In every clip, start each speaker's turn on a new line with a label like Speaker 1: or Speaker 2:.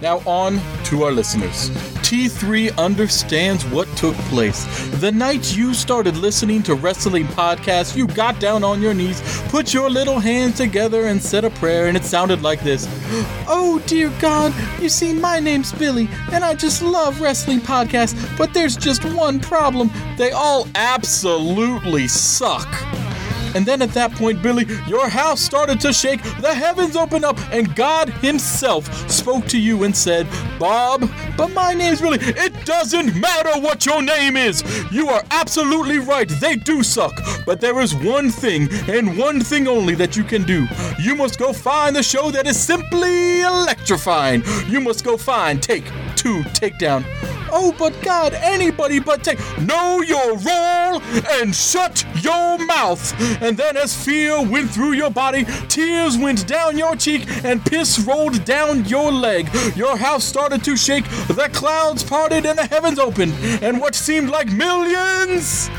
Speaker 1: Now, on to our listeners. T3 understands what took place. The night you started listening to wrestling podcasts, you got down on your knees, put your little hands together, and said a prayer, and it sounded like this Oh, dear God, you see, my name's Billy, and I just love wrestling podcasts, but there's just one problem they all absolutely suck. And then at that point, Billy, your house started to shake, the heavens opened up, and God Himself spoke to you and said, Bob, but my name's Billy. It doesn't matter what your name is. You are absolutely right. They do suck. But there is one thing, and one thing only, that you can do. You must go find the show that is simply electrifying. You must go find, take, two, takedown. Oh, but God, anybody but take. Know your role and shut your mouth. And then, as fear went through your body, tears went down your cheek, and piss rolled down your leg. Your house started to shake, the clouds parted, and the heavens opened. And what seemed like millions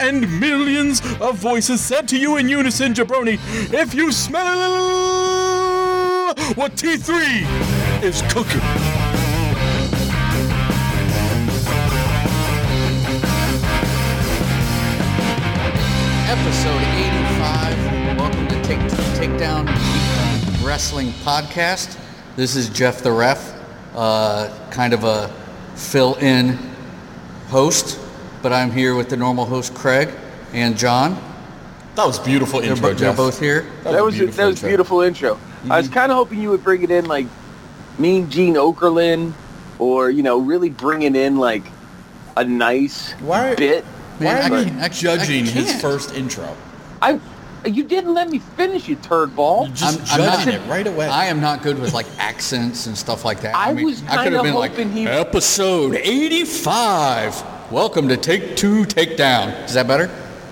Speaker 1: and millions of voices said to you in unison, Jabroni, if you smell what T3 is cooking.
Speaker 2: episode 85. Welcome to Take Takedown Wrestling Podcast. This is Jeff the Ref, uh, kind of a fill-in host, but I'm here with the normal host Craig and John.
Speaker 1: That was beautiful
Speaker 2: They're, bo-
Speaker 1: intro,
Speaker 2: they're
Speaker 1: Jeff.
Speaker 2: both here.
Speaker 1: was
Speaker 3: That
Speaker 1: a
Speaker 3: was
Speaker 1: beautiful
Speaker 3: that was
Speaker 1: intro.
Speaker 3: beautiful intro. I was kind of hoping you would bring it in like Mean Gene Okerlund, or you know, really bringing in like a nice
Speaker 1: Why-
Speaker 3: bit.
Speaker 1: Why
Speaker 2: Man,
Speaker 1: are
Speaker 2: I
Speaker 1: you
Speaker 2: can't- I- I
Speaker 1: judging his
Speaker 2: can't.
Speaker 1: first intro?
Speaker 3: I you didn't let me finish, you turd ball.
Speaker 1: You're just judging it right away.
Speaker 2: I am not good with like accents and stuff like that.
Speaker 3: I
Speaker 2: mean,
Speaker 3: was
Speaker 2: I could
Speaker 3: kinda
Speaker 2: have been like
Speaker 3: hoping he-
Speaker 2: episode 85. Welcome to Take Two Takedown. Is that better?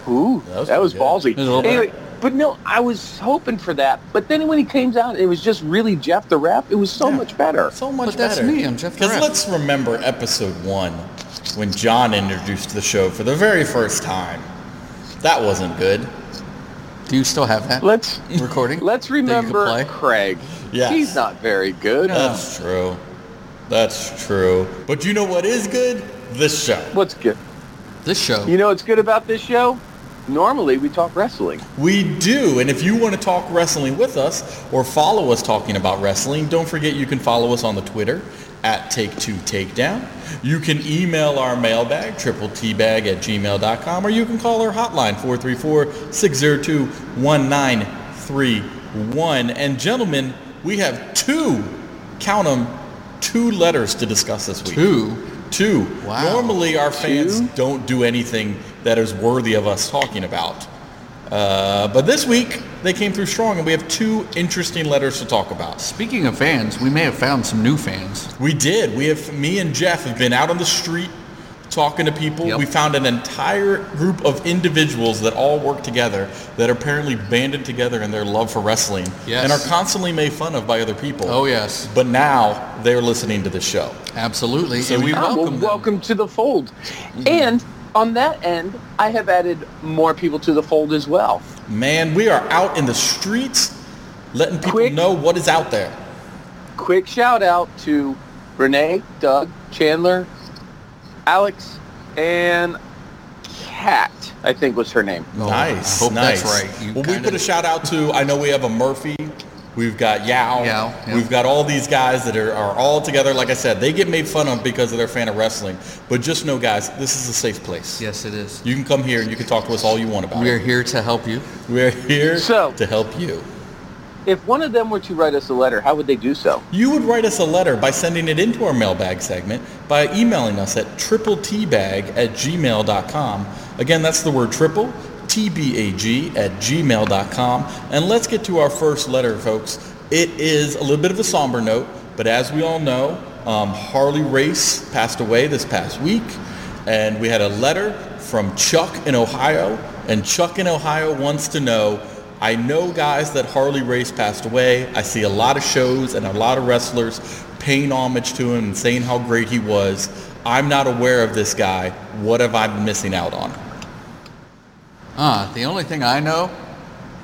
Speaker 3: Ooh,
Speaker 1: That was
Speaker 3: that was
Speaker 1: pretty
Speaker 3: ballsy.
Speaker 2: It was a little
Speaker 3: Anyway, but no, I was hoping for that. But then when he came down, it was just really Jeff the Rap. It was so much better.
Speaker 1: so much
Speaker 2: But that's
Speaker 1: better.
Speaker 2: me, I'm Jeff the
Speaker 1: Because
Speaker 2: Ref.
Speaker 1: let's remember episode one when John introduced the show for the very first time. That wasn't good.
Speaker 2: Do you still have that
Speaker 3: Let's
Speaker 2: recording?
Speaker 3: let's
Speaker 2: that you could
Speaker 3: remember
Speaker 2: play?
Speaker 3: Craig.
Speaker 1: Yes.
Speaker 3: he's not very good.
Speaker 1: That's
Speaker 2: Oh.
Speaker 1: true. That's true. But you know what is good? This show.
Speaker 3: What's good?
Speaker 2: This show.
Speaker 3: You know what's good about this show? Normally we talk wrestling.
Speaker 1: We do. And if you want to talk wrestling with us or follow us talking about wrestling, don't forget you can follow us on the Twitter at Take Two Takedown. You can email our mailbag, triple tbag at gmail.com, or you can call our hotline, 434-602-1931. And gentlemen, we have two, count 'em, two letters to discuss this week.
Speaker 2: Two.
Speaker 1: Two.
Speaker 2: Wow.
Speaker 1: Normally, our fans
Speaker 3: Two?
Speaker 1: don't do anything that is worthy of us talking about. Uh, but this week, they came through strong, and we have two interesting letters to talk about.
Speaker 2: Speaking of fans, we may have found some new fans.
Speaker 1: We did. We have me and Jeff have been out on the street talking to people.
Speaker 2: Yep.
Speaker 1: We found an entire group of individuals that all work together that are apparently banded together in their love for wrestling
Speaker 2: Yes.
Speaker 1: and are constantly made fun of by other people.
Speaker 2: Oh yes,
Speaker 1: But now they're listening to the show.
Speaker 2: absolutely. and we
Speaker 1: you-
Speaker 3: Ah, well,
Speaker 2: welcome them.
Speaker 3: welcome to the fold. And on that end, I have added more people to the fold as well.
Speaker 1: Man, we are out in the streets letting people
Speaker 3: Quick.
Speaker 1: know what is out there.
Speaker 3: Quick shout out to Renee, Doug, Chandler, Alex, and Kat, I think was her name.
Speaker 2: Oh,
Speaker 1: nice.
Speaker 2: I hope
Speaker 1: nice.
Speaker 2: that's right. You
Speaker 1: well, we
Speaker 2: kinda-
Speaker 1: put a shout out to, I know we have a Murphy. We've got Yao.
Speaker 2: Yao, yeah.
Speaker 1: We've got all these guys that are, are all together. Like I said, they get made fun of because of their fan of wrestling. But just know, guys, this is a safe place.
Speaker 2: Yes, it is.
Speaker 1: You can come here and you can talk to us all you want about
Speaker 2: We are
Speaker 1: it.
Speaker 2: here to help you.
Speaker 1: We're here
Speaker 3: So-
Speaker 1: to help you.
Speaker 3: If one of them were to write us a letter, how would they do so?
Speaker 1: You would write us a letter by sending it into our mailbag segment by emailing us at triple tbag at gmail.com. Again, that's the word triple, T-B-A-G at gmail.com. And let's get to our first letter, folks. It is a little bit of a somber note, but as we all know, um, Harley Race passed away this past week, and we had a letter from Chuck in Ohio, and Chuck in Ohio wants to know I know guys that Harley Race passed away. I see a lot of shows and a lot of wrestlers paying homage to him and saying how great he was. I'm not aware of this guy. What have I been missing out on?
Speaker 2: Uh, the only thing I know,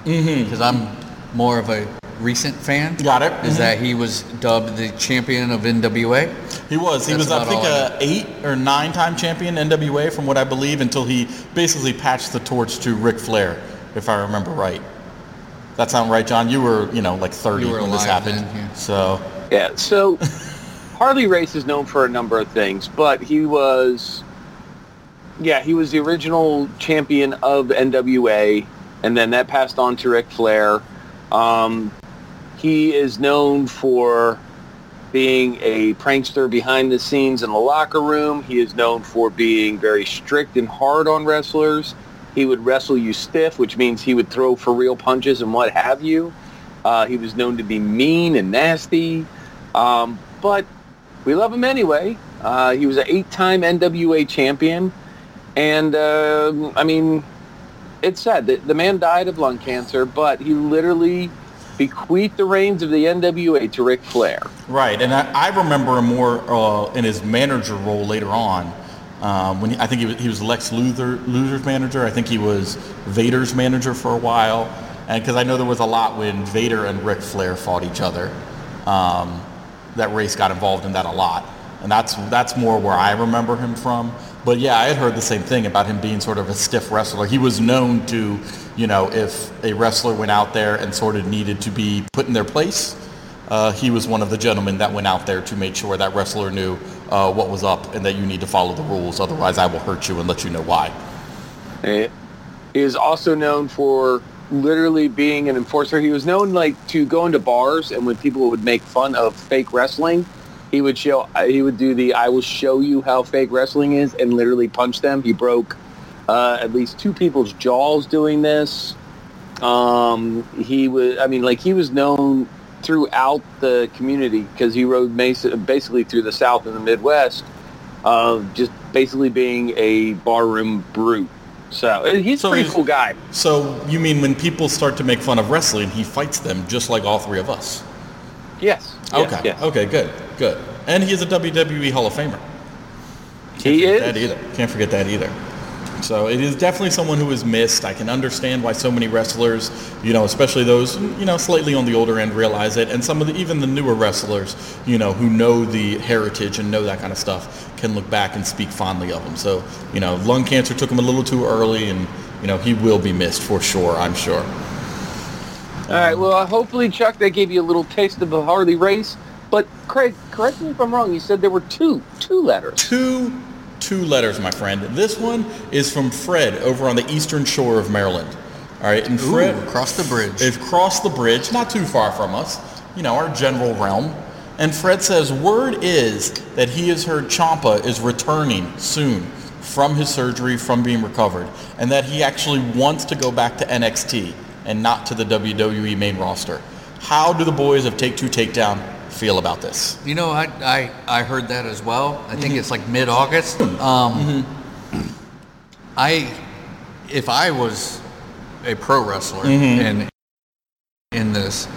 Speaker 2: because I'm more of a recent fan,
Speaker 1: Got it.
Speaker 2: is that he was dubbed the champion of NWA.
Speaker 1: He was. He
Speaker 2: That's
Speaker 1: was, I
Speaker 2: about
Speaker 1: think,
Speaker 2: all
Speaker 1: a
Speaker 2: I
Speaker 1: eight or nine time champion NWA, from what I believe, until he basically patched the torch to Ric Flair, if I remember right. That sound right, John? You were, you know, like 30
Speaker 2: You were
Speaker 1: when this
Speaker 2: alive
Speaker 1: happened.
Speaker 2: then, yeah.
Speaker 1: So,
Speaker 3: Yeah, so Harley Race is known for a number of things, but he was, yeah, he was the original champion of NWA, and then that passed on to Ric Flair. Um, he is known for being a prankster behind the scenes in the locker room. He is known for being very strict and hard on wrestlers. He would wrestle you stiff, which means he would throw for real punches and what have you. Uh, he was known to be mean and nasty, um, but we love him anyway. Uh, he was an eight-time NWA champion, and uh, I mean, it's sad that the man died of lung cancer, but he literally bequeathed the reins of the NWA to Ric Flair.
Speaker 1: right. And I, I remember him more uh, in his manager role later on. Um, when he, I think he was, he was Lex Luthor, Luthor's manager. I think he was Vader's manager for a while. And because I know there was a lot when Vader and Ric Flair fought each other. Um, that race got involved in that a lot. And that's that's more where I remember him from. But yeah, I had heard the same thing about him being sort of a stiff wrestler. He was known to, you know, if a wrestler went out there and sort of needed to be put in their place, uh, he was one of the gentlemen that went out there to make sure that wrestler knew uh, what was up and that you need to follow the rules. Otherwise, I will hurt you and let you know why.
Speaker 3: Eh, He is also known for literally being an enforcer. He was known like to go into bars and when people would make fun of fake wrestling, he would show he would do the I will show you how fake wrestling is and literally punch them. He broke uh, at least two people's jaws doing this. Um, he was I mean like he was known throughout the community because he rode Mesa, basically through the South and the Midwest of just basically being a barroom brute. So eh, he's
Speaker 1: So
Speaker 3: a pretty
Speaker 1: he's-
Speaker 3: cool guy.
Speaker 1: So you mean when people start to make fun of wrestling, he fights them just like all three of us?
Speaker 3: Yes. yes,
Speaker 1: Okay.
Speaker 3: yes.
Speaker 1: Okay. Good. Good. And he is a WWE Hall of Famer.
Speaker 3: He
Speaker 1: forget
Speaker 3: is.
Speaker 1: that either. Can't forget that either. So it is definitely someone who is missed. I can understand why so many wrestlers, you know, especially those, you know, slightly on the older end, realize it, and some of the even the newer wrestlers, you know, who know the heritage and know that kind of stuff, can look back and speak fondly of him. So you know, lung cancer took him a little too early, and you know, he will be missed for sure. I'm sure.
Speaker 3: All right.
Speaker 1: um,
Speaker 3: Well, uh, hopefully, Chuck, that gave you a little taste of the Harley race. But Craig, correct me if I'm wrong. You said there were two two letters.
Speaker 1: two two letters, my friend. This one is from Fred over on the eastern shore of Maryland. All right, and Fred
Speaker 2: Ooh, across the bridge.
Speaker 1: is crossed the bridge, not too far from us, you know, our general realm. And Fred says, word is that he has heard Champa is returning soon from his surgery, from being recovered, and that he actually wants to go back to NXT and not to the WWE main roster. How do the boys of Take Two Takedown feel about this?
Speaker 2: You know, I, I, I heard that as well. I think it's like mid-August. Um, I, if I was a pro wrestler and in this,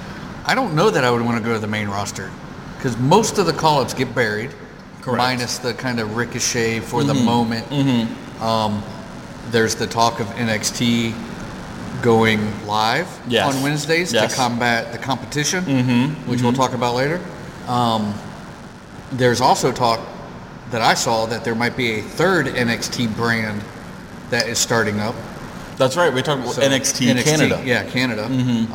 Speaker 2: I don't know that I would want to go to the main roster because most of the call-ups get buried,
Speaker 1: Correct.
Speaker 2: minus the kind of ricochet for the moment. Um, there's the talk of NXT going live
Speaker 1: Yes.
Speaker 2: on Wednesdays
Speaker 1: Yes. Mm-hmm.
Speaker 2: to combat the competition, which we'll talk about later. Um, there's also talk that I saw that there might be a third NXT brand that is starting up.
Speaker 1: That's right. We're talking about
Speaker 2: So,
Speaker 1: NXT, Canada.
Speaker 2: Yeah, Canada.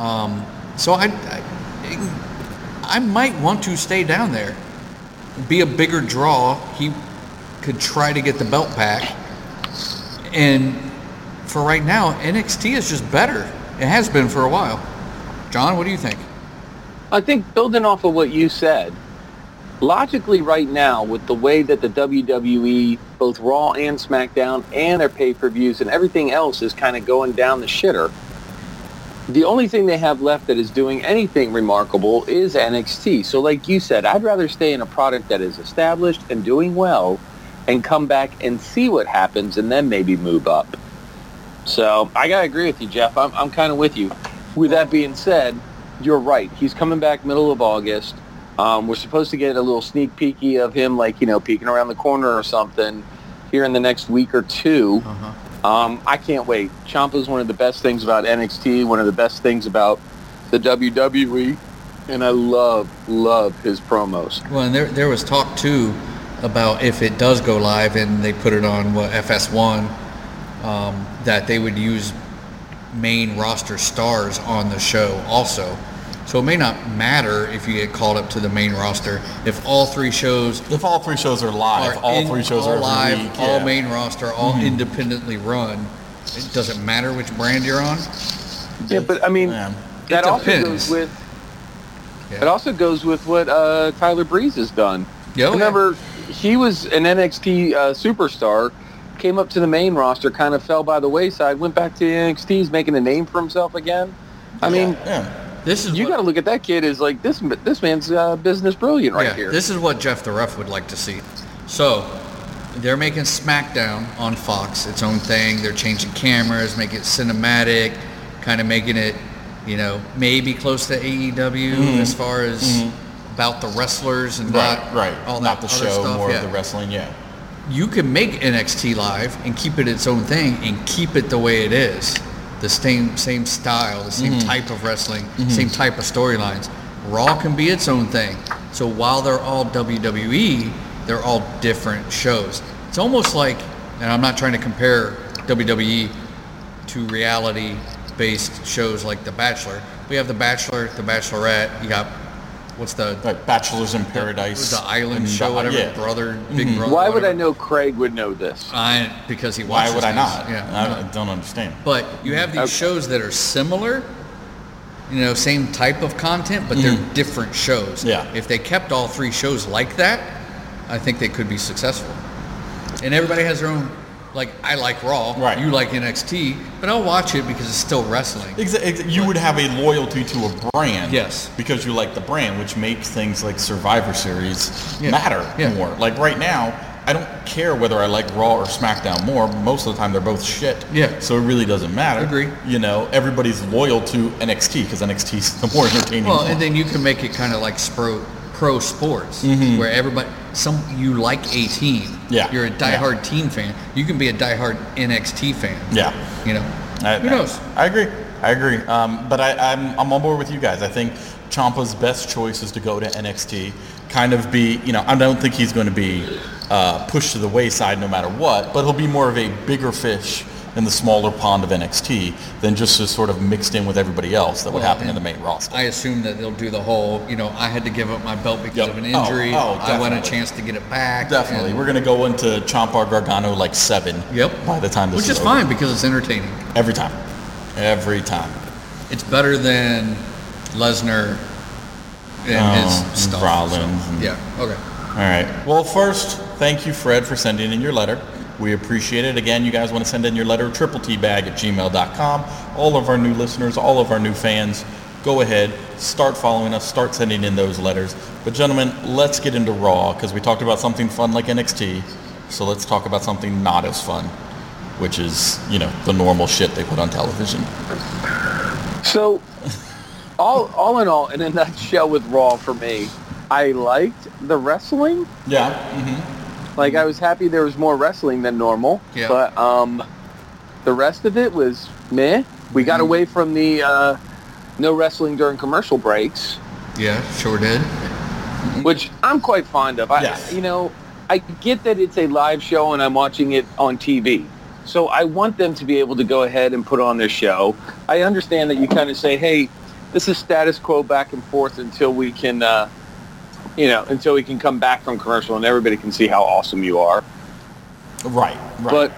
Speaker 2: Um, so I, I, I might want to stay down there, be a bigger draw. He could try to get the belt back, and for right now, NXT is just better. It has been for a while. John, what do you think?
Speaker 3: I think building off of what you said, logically, right now with the way that the WWE, both Raw and SmackDown, and their pay-per-views and everything else is kind of going down the shitter. The only thing they have left that is doing anything remarkable is NXT. So like you said, I'd rather stay in a product that is established and doing well and come back and see what happens and then maybe move up. So I got to agree with you, Jeff. I'm, I'm kind of with you. With that being said, you're right. He's coming back middle of August. Um, we're supposed to get a little sneak peeky of him, like, you know, peeking around the corner or something here in the next week or 2 Um, I can't wait. Ciampa's one of the best things about NXT, one of the best things about the WWE, and I love, love his promos.
Speaker 2: Well, and there, there was talk too about if it does go live and they put it on what FS1, um, that they would use main roster stars on the show also. So it may not matter if you get called up to the main roster if all three shows
Speaker 1: If all three shows are live,
Speaker 2: are
Speaker 1: all
Speaker 2: in-
Speaker 1: three shows
Speaker 2: all
Speaker 1: are
Speaker 2: live,
Speaker 1: every week,
Speaker 2: all
Speaker 1: yeah. Mm-hmm.
Speaker 2: main roster, all independently run. It doesn't matter which brand you're on.
Speaker 3: Yeah, but I mean,
Speaker 1: Yeah.
Speaker 3: that
Speaker 2: It
Speaker 3: also
Speaker 2: depends.
Speaker 3: goes with
Speaker 2: Yeah.
Speaker 3: it also goes with what uh, Tyler Breeze has done.
Speaker 2: Yeah, oh, yeah.
Speaker 3: Remember, he was an NXT uh, superstar, came up to the main roster, kind of fell by the wayside, went back to NXT, he's making a name for himself again. I mean,
Speaker 1: Yeah.
Speaker 2: This is
Speaker 3: you
Speaker 2: what-
Speaker 3: got to look at that kid as like this. This man's uh, business brilliant right
Speaker 2: yeah,
Speaker 3: here.
Speaker 2: This is what Jeff the Ref would like to see. So they're making SmackDown on Fox its own thing. They're changing cameras, making it cinematic, kind of making it, you know, maybe close to AEW as far as about the wrestlers and
Speaker 1: Mm-hmm. Right,
Speaker 2: not
Speaker 1: right.
Speaker 2: all
Speaker 1: Not
Speaker 2: that
Speaker 1: the
Speaker 2: other
Speaker 1: show,
Speaker 2: stuff.
Speaker 1: more
Speaker 2: yeah.
Speaker 1: of the wrestling, yeah.
Speaker 2: You can make NXT live and keep it its own thing and keep it the way it is. The same same style, the same
Speaker 1: Mm-hmm.
Speaker 2: type of wrestling, same type of storylines. Raw can be its own thing. So while they're all WWE, they're all different shows. It's almost like, and I'm not trying to compare WWE to reality-based shows like The Bachelor. We have The Bachelor, The Bachelorette. You got what's the
Speaker 1: Like Bachelors in Paradise.
Speaker 2: the island
Speaker 1: and
Speaker 2: show,
Speaker 1: the-
Speaker 2: whatever,
Speaker 1: yeah. Mm-hmm.
Speaker 2: brother, big brother.
Speaker 3: Why would I
Speaker 2: whatever.
Speaker 3: know Craig would know this?
Speaker 2: I because he
Speaker 1: Why
Speaker 2: watches.
Speaker 1: would I
Speaker 2: these.
Speaker 1: not?
Speaker 2: Yeah.
Speaker 1: I don't understand.
Speaker 2: But you have these
Speaker 3: Okay.
Speaker 2: shows that are similar, you know, same type of content, but they're different shows.
Speaker 1: Mm-hmm. Yeah.
Speaker 2: If they kept all three shows like that, I think they could be successful. And everybody has their own. Like I like Raw.
Speaker 1: Right.
Speaker 2: You like NXT, but I'll watch it because it's still wrestling.
Speaker 1: Exa- exa- you would have a loyalty to a brand,
Speaker 2: Yes.
Speaker 1: because you like the brand, which makes things like Survivor Series
Speaker 2: Yeah.
Speaker 1: matter
Speaker 2: Yeah.
Speaker 1: more. Like right now, I don't care whether I like Raw or SmackDown more. Most of the time, they're both shit.
Speaker 2: Yeah.
Speaker 1: so it really doesn't matter.
Speaker 2: Agree.
Speaker 1: You know, everybody's loyal to NXT because NXT is the more entertaining.
Speaker 2: Well,
Speaker 1: one.
Speaker 2: and then you can make it kind of like spro, pro sports, where everybody, some you like a team.
Speaker 1: Mm-hmm. Yeah.
Speaker 2: You're a
Speaker 1: Yeah.
Speaker 2: diehard team fan. You can be a diehard NXT fan.
Speaker 1: yeah.
Speaker 2: You know.
Speaker 1: I-
Speaker 2: Who knows?
Speaker 1: I agree. I agree. Um, but I, I'm, I'm on board with you guys. I think Champa's best choice is to go to NXT, kind of be, you know, I don't think he's going to be uh, pushed to the wayside no matter what, but he'll be more of a bigger fish in the smaller pond of NXT than just as sort of mixed in with everybody else that would
Speaker 2: Well,
Speaker 1: happen in
Speaker 2: and
Speaker 1: the main roster.
Speaker 2: I assume that they'll do the whole, you know, I had to give up my belt because
Speaker 1: Yep.
Speaker 2: of an
Speaker 1: Oh,
Speaker 2: injury.
Speaker 1: oh,
Speaker 2: I want a
Speaker 1: definitely.
Speaker 2: chance to get it back.
Speaker 1: Definitely.
Speaker 2: and-
Speaker 1: We're going to go into Champa Gargano like seven
Speaker 2: Yep.
Speaker 1: by the time this
Speaker 2: Which is
Speaker 1: over.
Speaker 2: fine because it's entertaining.
Speaker 1: Every time. Every time.
Speaker 2: It's better than Lesnar and
Speaker 1: Oh,
Speaker 2: his stuff.
Speaker 1: Rollins
Speaker 2: so-
Speaker 1: and-
Speaker 2: yeah. Okay.
Speaker 1: All right. Well, first, thank you, Fred, for sending in your letter. We appreciate it. Again, you guys want to send in your letter, tripletbag at gmail.com. All of our new listeners, all of our new fans, go ahead, start following us, start sending in those letters. But gentlemen, let's get into Raw, because we talked about something fun like NXT, so let's talk about something not as fun, which is, you know, the normal shit they put on television.
Speaker 2: Uh-huh.
Speaker 3: So, all all in all, in a nutshell, with Raw for me, I liked the wrestling.
Speaker 1: Yeah.
Speaker 3: Like I was happy there was more wrestling than normal.
Speaker 2: Yeah.
Speaker 3: But um, the rest of it was meh. We got away from the uh, no wrestling during commercial breaks,
Speaker 2: Yeah, sure did.
Speaker 3: which I'm quite fond of. I,
Speaker 1: Yes.
Speaker 3: You know, I get that it's a live show and I'm watching it on TV. So I want them to be able to go ahead and put on their show. I understand that you kind of say, hey, this is status quo back and forth until we can, uh, you know, until we can come back from commercial and everybody can see how awesome you are.
Speaker 1: Right, right.
Speaker 3: But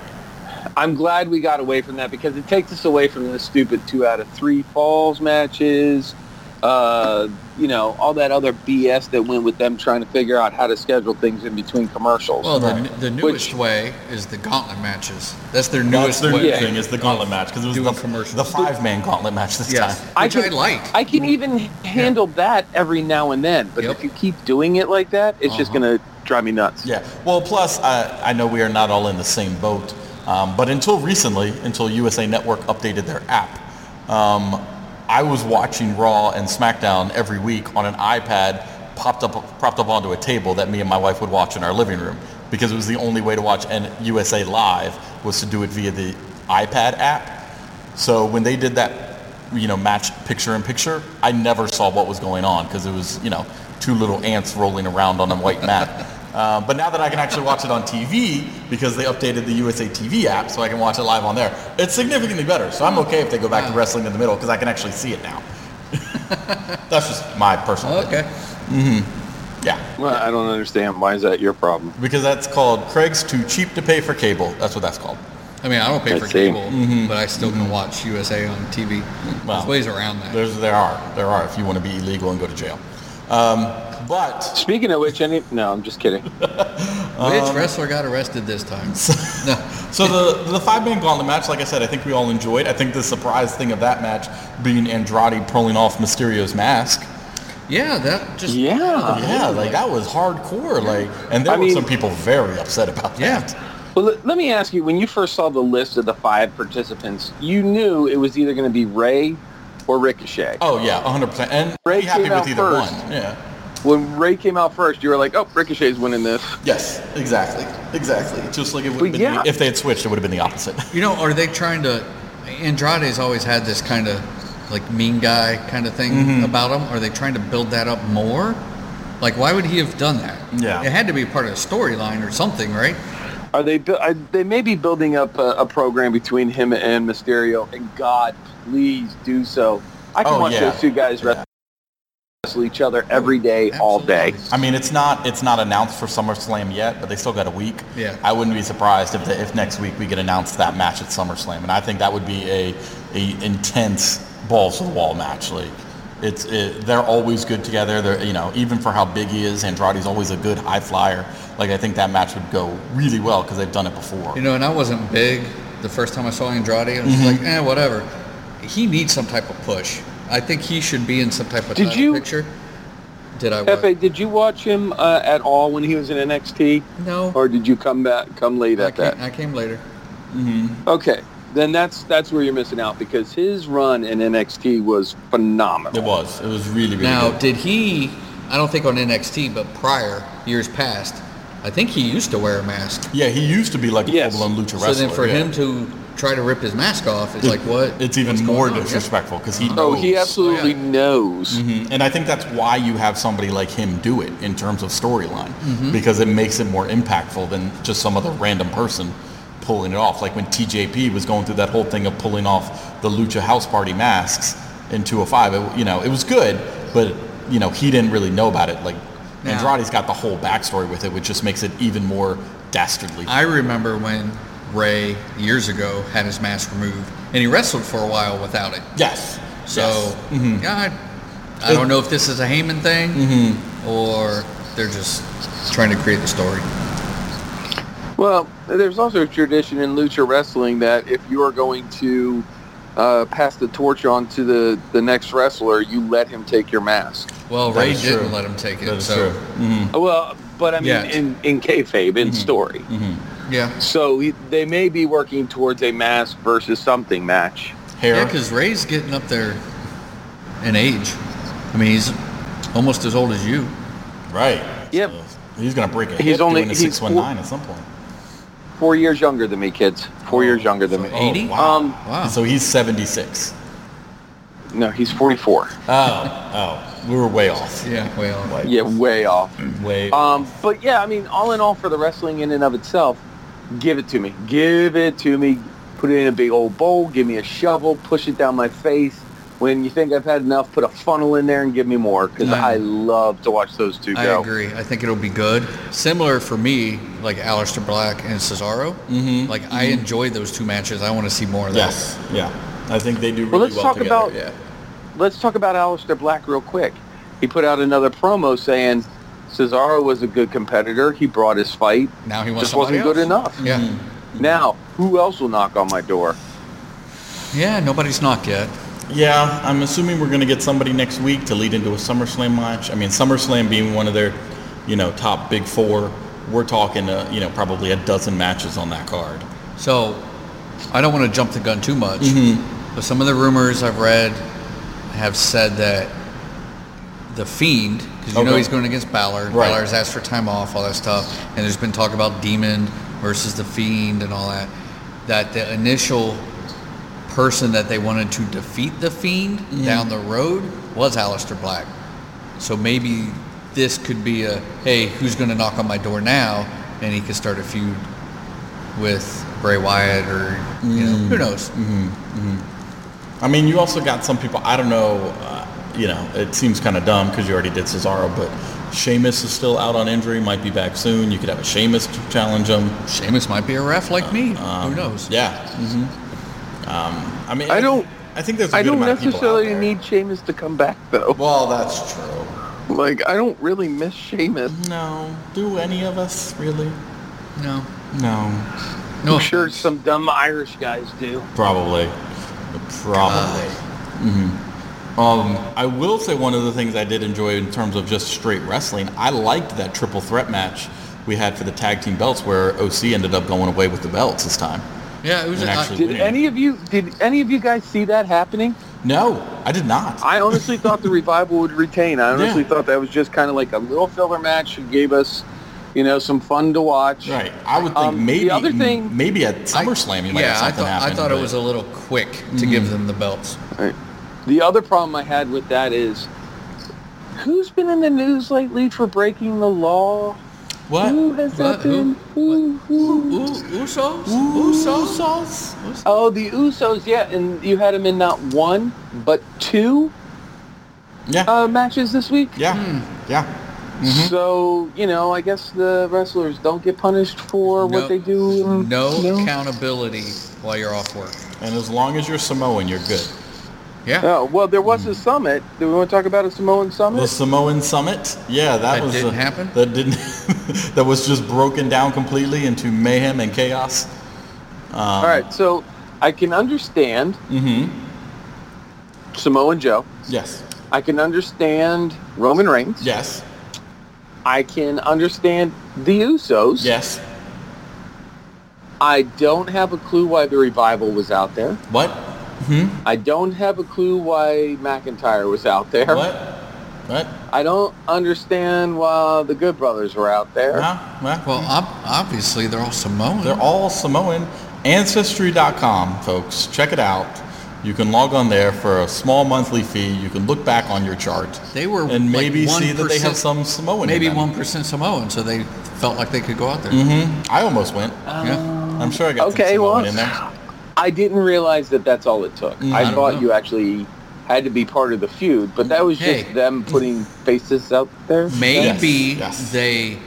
Speaker 3: I'm glad we got away from that because it takes us away from the stupid two out of three falls matches, uh, you know, all that other BS that went with them trying to figure out how to schedule things in between commercials.
Speaker 2: Well, the,
Speaker 1: Right.
Speaker 2: the newest way is the gauntlet matches. That's their
Speaker 1: that's
Speaker 2: newest
Speaker 1: their
Speaker 2: way.
Speaker 1: new
Speaker 3: Yeah.
Speaker 1: thing is the gauntlet match, because it was
Speaker 2: Doing
Speaker 1: the,
Speaker 2: commercials.
Speaker 1: the five-man gauntlet match this
Speaker 2: Yes.
Speaker 1: time.
Speaker 2: Which I like.
Speaker 3: I can even handle that every now and then, but
Speaker 2: Yep.
Speaker 3: if you keep doing it like that, it's just
Speaker 2: Uh-huh.
Speaker 3: going to drive me nuts.
Speaker 1: Yeah. Well, plus I, I know we are not all in the same boat, um, but until recently, until USA Network updated their app, um, I was watching Raw and SmackDown every week on an iPad, popped up propped up onto a table that me and my wife would watch in our living room because it was the only way to watch and USA live was to do it via the iPad app. So when they did that, you know, match picture in picture, I never saw what was going on because it was, you know, two little ants rolling around on a white mat. Uh, but now that I can actually watch it on TV because they updated the USA TV app, so I can watch it live on there. It's significantly better, so I'm okay if they go back to wrestling in the middle because I can actually see it now. That's just my personal. opinion.
Speaker 2: Okay.
Speaker 1: Yeah.
Speaker 3: Well, I don't understand. Why is that your problem?
Speaker 1: Because that's called Craig's Too Cheap to Pay for Cable. That's what that's called.
Speaker 2: I mean, I don't pay
Speaker 3: I
Speaker 2: for
Speaker 3: see.
Speaker 2: cable, but I still can watch USA on TV.
Speaker 1: Mm-hmm. Wow.
Speaker 2: There's ways around that.
Speaker 1: There's, there are. There are if you want to be illegal and go to jail. Um, but
Speaker 3: Speaking of which, any no, I'm just kidding.
Speaker 2: Which
Speaker 1: um,
Speaker 2: wrestler got arrested this time? no.
Speaker 1: so the the five man gauntlet match, like I said, I think we all enjoyed. I think the surprise thing of that match being Andrade pulling off Mysterio's mask.
Speaker 2: Yeah, that just
Speaker 3: Yeah.
Speaker 1: Yeah, like that was hardcore. Like, and there
Speaker 3: I
Speaker 1: were
Speaker 3: mean-
Speaker 1: some people very upset about
Speaker 2: Yeah.
Speaker 1: that.
Speaker 3: Well, let, let me ask you: When you first saw the list of the five participants, you knew it was either going to be Ray or Ricochet.
Speaker 1: Oh yeah, 100. percent And
Speaker 3: Ray
Speaker 1: be happy
Speaker 3: came
Speaker 1: with
Speaker 3: out
Speaker 1: either
Speaker 3: first.
Speaker 1: one. Yeah.
Speaker 3: When Ray came out first, you were like, "Oh, Ricochet's winning this."
Speaker 1: Yes. Exactly. Exactly. Just like it would
Speaker 3: Well,
Speaker 1: have been
Speaker 3: yeah.
Speaker 1: the, if they had switched, it would have been the opposite.
Speaker 2: You know, are they trying to? Andrade's always had this kind of like mean guy kind of thing
Speaker 3: Mm-hmm.
Speaker 2: about him. Are they trying to build that up more? Like, why would he have done that?
Speaker 1: Yeah.
Speaker 2: it had to be part of a storyline or something, right?
Speaker 3: Are they? bu- Are, they may be building up a, a program between him and Mysterio. And God, please do so. I can
Speaker 1: Oh,
Speaker 3: watch
Speaker 1: yeah.
Speaker 3: those two guys
Speaker 1: Yeah.
Speaker 3: wrestle each other every day, all day.
Speaker 2: Absolutely.
Speaker 1: I mean, it's not it's not announced for SummerSlam yet, but they still got a week.
Speaker 2: Yeah.
Speaker 1: I wouldn't be surprised if the, if next week we get announced that match at SummerSlam, and I think that would be a a intense balls to the wall match. Like, it's it, they're always good together. They're you know even for how big he is, Andrade's always a good high flyer. Like I think that match would go really well because they've done it before.
Speaker 2: You know, and I wasn't big the first time I saw Andrade. I was just
Speaker 3: Mm-hmm.
Speaker 2: like, eh, whatever. He needs some type of push. I think he should be in some type of
Speaker 3: Did
Speaker 2: title
Speaker 3: you-
Speaker 2: picture. Did I? what?
Speaker 3: Pepe, did you watch him uh, at all when he was in NXT,
Speaker 2: No.
Speaker 3: or did you come back come late
Speaker 2: I
Speaker 3: at that?
Speaker 2: came, I came later.
Speaker 3: Okay, then that's that's where you're missing out because his run in NXT was phenomenal.
Speaker 1: It was it was really really
Speaker 2: Now,
Speaker 1: good.
Speaker 2: did he? I don't think on NXT, but prior years past, I think he used to wear a mask.
Speaker 1: Yeah, he used to be like a
Speaker 3: Yes.
Speaker 1: full blown lucha
Speaker 2: so
Speaker 1: wrestler.
Speaker 2: then, for
Speaker 1: yeah.
Speaker 2: him to try to rip his mask off, it's like what?
Speaker 1: It's even
Speaker 2: what's
Speaker 1: more
Speaker 2: going on? Yeah.
Speaker 1: disrespectful because he
Speaker 3: Oh,
Speaker 1: knows.
Speaker 3: he absolutely
Speaker 2: yeah. Mm-hmm.
Speaker 3: knows.
Speaker 1: Mhm. And I think that's why you have somebody like him do it in terms of storyline because it makes it more impactful than just some other random person pulling it off. Like when TJP was going through that whole thing of pulling off the Lucha House Party masks in 205, it, you know, it was good, but you know, he didn't really know about it. Like
Speaker 2: Yeah.
Speaker 1: Andrade's got the whole backstory with it, which just makes it even more dastardly.
Speaker 2: I remember when Ray years ago had his mask removed, and he wrestled for a while without it.
Speaker 1: yes. Mm-hmm.
Speaker 2: So
Speaker 1: Yes.
Speaker 2: yeah, I, I don't know if this is a Heyman thing
Speaker 1: Mm-hmm.
Speaker 2: or they're just trying to create the story.
Speaker 3: Well, there's also a tradition in lucha wrestling that if you are going to uh, pass the torch on to the, the next wrestler, you let him take your mask.
Speaker 2: Well,
Speaker 1: That
Speaker 2: Ray
Speaker 1: is
Speaker 2: didn't
Speaker 1: true.
Speaker 2: let him take it.
Speaker 1: That is
Speaker 2: so
Speaker 1: true.
Speaker 3: Well, but I mean,
Speaker 2: Mm-hmm. Yes. Mm-hmm.
Speaker 3: in, in kayfabe, in story.
Speaker 2: yeah,
Speaker 3: So he- they may be working towards a mask versus something match.
Speaker 1: Hair.
Speaker 2: yeah, because Ray's getting up there in age. I mean, he's almost as old as you.
Speaker 1: right.
Speaker 3: Yep.
Speaker 1: So he's gonna break a
Speaker 3: He's
Speaker 1: hip
Speaker 3: only-
Speaker 1: doing a
Speaker 3: he's-
Speaker 1: 619 at some point.
Speaker 3: Four years younger than me, kids. Four years younger than me.
Speaker 2: so- 80?
Speaker 1: Oh, wow.
Speaker 3: Um,
Speaker 2: Wow.
Speaker 1: So he's 76.
Speaker 3: No, he's 44.
Speaker 1: Oh, oh, we were way off.
Speaker 2: yeah. Well.
Speaker 1: Like,
Speaker 3: Yeah, way off.
Speaker 1: way.
Speaker 3: Um, but yeah, I mean, all in all, for the wrestling in and of itself, give it to me. Give it to me. Put it in a big old bowl. Give me a shovel. Push it down my face. When you think I've had enough, put a funnel in there and give me more because
Speaker 2: Yeah.
Speaker 3: I love to watch those two
Speaker 2: I
Speaker 3: go.
Speaker 2: agree. I think it'll be good. Similar for me, like Aleister Black and Cesaro. Mm-hmm. Like I enjoyed those two matches. I want to see more of that.
Speaker 1: yes, yeah. I think they do really
Speaker 3: Well,
Speaker 1: well,
Speaker 3: let's talk
Speaker 1: together.
Speaker 3: about-
Speaker 1: yeah.
Speaker 3: Let's talk about Aleister Black real quick. He put out another promo saying Cesaro was a good competitor. He brought his fight.
Speaker 2: Now he wants
Speaker 3: Just
Speaker 2: somebody
Speaker 3: wasn't good
Speaker 2: else.
Speaker 3: enough. Mm-hmm.
Speaker 2: Yeah.
Speaker 3: Now, who else will knock on my door?
Speaker 2: Yeah. Nobody's knocked yet.
Speaker 1: Yeah, I'm assuming we're going to get somebody next week to lead into a SummerSlam match. I mean, SummerSlam being one of their, you know, top big four, we're talking, uh, you know, probably a dozen matches on that card.
Speaker 2: So, I don't want to jump the gun too much, but some of the rumors I've read have said that the Fiend, because you know
Speaker 1: Okay.
Speaker 2: he's going against Balor,
Speaker 1: Right.
Speaker 2: Balor's asked for time off, all that stuff, and there's been talk about Demon versus the Fiend and all that. that the initial person that they wanted to defeat the Fiend
Speaker 1: Mm-hmm.
Speaker 2: down the road was Aleister Black. So maybe this could be a hey, who's going to knock on my door now? And he could start a feud with Bray Wyatt or you know
Speaker 1: Mm-hmm.
Speaker 2: who knows.
Speaker 1: I mean, you also got some people. I don't know. Uh, you know, it seems kind of dumb because you already did Cesaro, but Sheamus is still out on injury. Might be back soon. You could have a Sheamus to challenge him.
Speaker 2: Sheamus might be a ref like me. who
Speaker 1: Uh,
Speaker 2: knows?
Speaker 1: um, Yeah. Mm-hmm. Um, I mean,
Speaker 3: I don't-
Speaker 1: I think there's. I
Speaker 3: I don't necessarily
Speaker 1: people out there.
Speaker 3: need Sheamus to come back though.
Speaker 1: Well, that's true.
Speaker 3: Like I don't really miss Sheamus.
Speaker 1: No. Do any of us really?
Speaker 2: No.
Speaker 1: No.
Speaker 2: No.
Speaker 3: I'm sure some dumb Irish guys do.
Speaker 1: Probably. Probably. hmm Um, I will say one of the things I did enjoy in terms of just straight wrestling, I liked that triple threat match we had for the tag team belts where OC ended up going away with the belts this time.
Speaker 2: Yeah, it was
Speaker 1: And
Speaker 2: an-
Speaker 1: actually-
Speaker 3: Did any of you did any of you guys see that happening?
Speaker 1: No, I did not.
Speaker 3: I honestly thought the revival would retain. I honestly
Speaker 1: Yeah.
Speaker 3: thought that was just kind of like a little filler match. It gave us, you know, some fun to watch.
Speaker 1: right. I would think
Speaker 3: Um, the
Speaker 1: maybe
Speaker 3: other thing-
Speaker 1: maybe at
Speaker 2: I-
Speaker 1: SummerSlam you might
Speaker 2: yeah,
Speaker 1: have something
Speaker 2: I thought,
Speaker 1: happen.
Speaker 2: I thought
Speaker 1: but- Mm.
Speaker 2: it was a little quick to give them the belts.
Speaker 3: Right. The other problem I had with that is, who's been in the news lately for breaking the law?
Speaker 1: what?
Speaker 3: Who has
Speaker 2: What?
Speaker 3: that been?
Speaker 2: Who?
Speaker 3: Who? Who?
Speaker 2: Usos?
Speaker 3: Oh, the Usos, yeah, and you had them in not one but two
Speaker 1: Yeah.
Speaker 3: uh, matches this week.
Speaker 1: yeah.
Speaker 2: hmm.
Speaker 1: Yeah.
Speaker 2: Mm-hmm.
Speaker 3: So you know, I guess the wrestlers don't get punished for
Speaker 2: No-
Speaker 3: Oh, what they do. in-
Speaker 2: No,
Speaker 3: you know?
Speaker 2: accountability while you're off work.
Speaker 1: And as long as you're Samoan, you're good.
Speaker 2: Yeah.
Speaker 3: Oh well, there was a
Speaker 2: Mm-hmm.
Speaker 3: summit. Do we want to talk about a Samoan
Speaker 1: The
Speaker 3: summit?
Speaker 1: Samoan Summit. Yeah, that,
Speaker 2: That
Speaker 1: was
Speaker 2: didn't
Speaker 1: uh,
Speaker 2: happen?
Speaker 1: That didn't. that was just broken down completely into mayhem and chaos.
Speaker 3: All right, so I can understand
Speaker 2: Mm-hmm.
Speaker 3: Samoan Joe.
Speaker 1: Yes.
Speaker 3: I can understand Roman Reigns.
Speaker 1: Yes.
Speaker 3: I can understand the Usos.
Speaker 1: Yes.
Speaker 3: I don't have a clue why the revival was out there.
Speaker 1: What?
Speaker 3: I don't have a clue why McIntyre was out there.
Speaker 1: What? What?
Speaker 3: I don't understand why the Good Brothers were out there.
Speaker 1: Huh? What?
Speaker 2: Well, hmm. ob- obviously they're all Samoan.
Speaker 1: They're all Samoan. Ancestry.com, folks. Check it out. You can log on there for a small monthly fee. You can look back on your chart.
Speaker 2: They were
Speaker 1: and
Speaker 2: like
Speaker 1: maybe see that they
Speaker 2: 1%,
Speaker 1: have some Samoan. in
Speaker 2: maybe
Speaker 1: them. Mm-hmm.
Speaker 2: one percent Samoan, so they felt like they could go out there.
Speaker 1: I almost went.
Speaker 3: Oh.
Speaker 2: Yeah.
Speaker 1: I'm sure I got some
Speaker 3: Okay,
Speaker 1: Samoan
Speaker 3: well,
Speaker 1: in there.
Speaker 3: I didn't realize that that's all it took.
Speaker 1: Mm, I
Speaker 3: I
Speaker 2: don't
Speaker 3: thought
Speaker 2: know.
Speaker 3: you actually had to be part of the feud, but that was
Speaker 2: Hey.
Speaker 3: just them putting faces out there.
Speaker 2: Maybe
Speaker 1: Yes, yes.
Speaker 2: they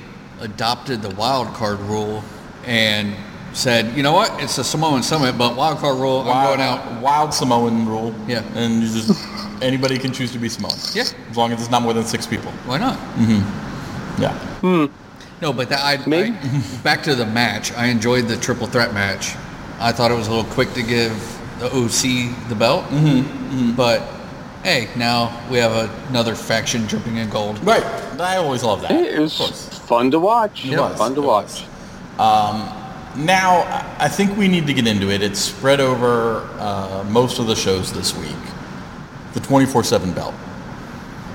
Speaker 2: adopted the wild card rule and said, you know what, it's a Samoan summit, but wild card rule, I'm
Speaker 1: wild,
Speaker 2: going out.
Speaker 1: wild Samoan rule.
Speaker 2: Yeah.
Speaker 1: And you just anybody can choose to be Samoan.
Speaker 2: Yeah.
Speaker 1: As long as it's not more than six people.
Speaker 2: Why not?
Speaker 1: Yeah.
Speaker 2: No, but that, I,
Speaker 3: Maybe.
Speaker 2: I back to the match. I enjoyed the triple threat match. I thought it was a little quick to give the OC the belt, mm-hmm. but hey, now we have another faction dripping in gold.
Speaker 1: Right. I always love that.
Speaker 3: It
Speaker 1: Of course.
Speaker 3: was fun to watch.
Speaker 1: It was,
Speaker 3: Fun to
Speaker 1: it
Speaker 3: watch.
Speaker 1: Now I- I think we need to get into it. It's spread over uh, most of the shows this week. The 24/7 belt.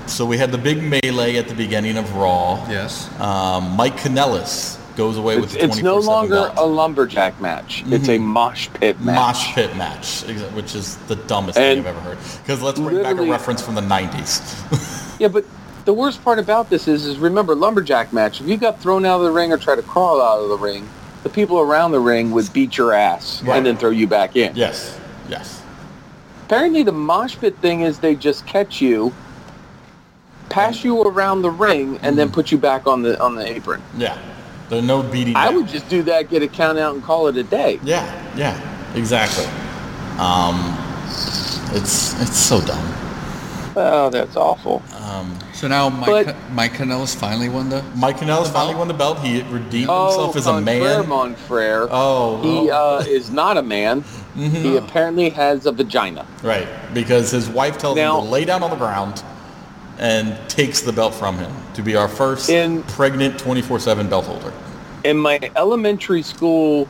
Speaker 1: So we had the big melee at the beginning of Raw.
Speaker 2: Yes.
Speaker 1: Um, Mike Kanellis goes away
Speaker 3: It's,
Speaker 1: with the 24/7
Speaker 3: it's no longer
Speaker 1: belt.
Speaker 3: a lumberjack match. It's a mosh pit match.
Speaker 1: Mm-hmm. mosh pit match, exa- which is the dumbest
Speaker 3: And
Speaker 1: thing I've ever heard. Because let's bring back a
Speaker 3: literally-
Speaker 1: reference from the 90s.
Speaker 3: Yeah, but the worst part about this is, is remember lumberjack match. If you got thrown out of the ring or tried to crawl out of the ring, the people around the ring would beat your ass
Speaker 1: Right.
Speaker 3: and then throw you back in.
Speaker 1: yes, yes.
Speaker 3: Apparently, the mosh pit thing is they just catch you, pass you around the ring, and then put you back on the on the apron.
Speaker 1: Yeah. There are no beating.
Speaker 3: I
Speaker 1: back.
Speaker 3: would just do that, get a count out, and call it a day.
Speaker 1: Yeah, yeah, exactly. Um, it's it's so dumb.
Speaker 3: Oh, that's awful.
Speaker 2: So now Mike,
Speaker 3: But-
Speaker 2: Mike Kanellis finally won the.
Speaker 1: Mike Kanellis finally won the belt. He redeemed
Speaker 3: Uh-huh. Oh,
Speaker 1: himself as a man.
Speaker 3: Confrere, mon frere.
Speaker 1: Oh, Mm-hmm.
Speaker 3: he
Speaker 1: oh.
Speaker 3: uh, is not a man. He apparently has a vagina.
Speaker 1: right. Because his wife tells
Speaker 3: Now-
Speaker 1: him to lay down on the ground and takes the belt from him to be our first
Speaker 3: In-
Speaker 1: pregnant 24-7 belt holder.
Speaker 3: in my elementary school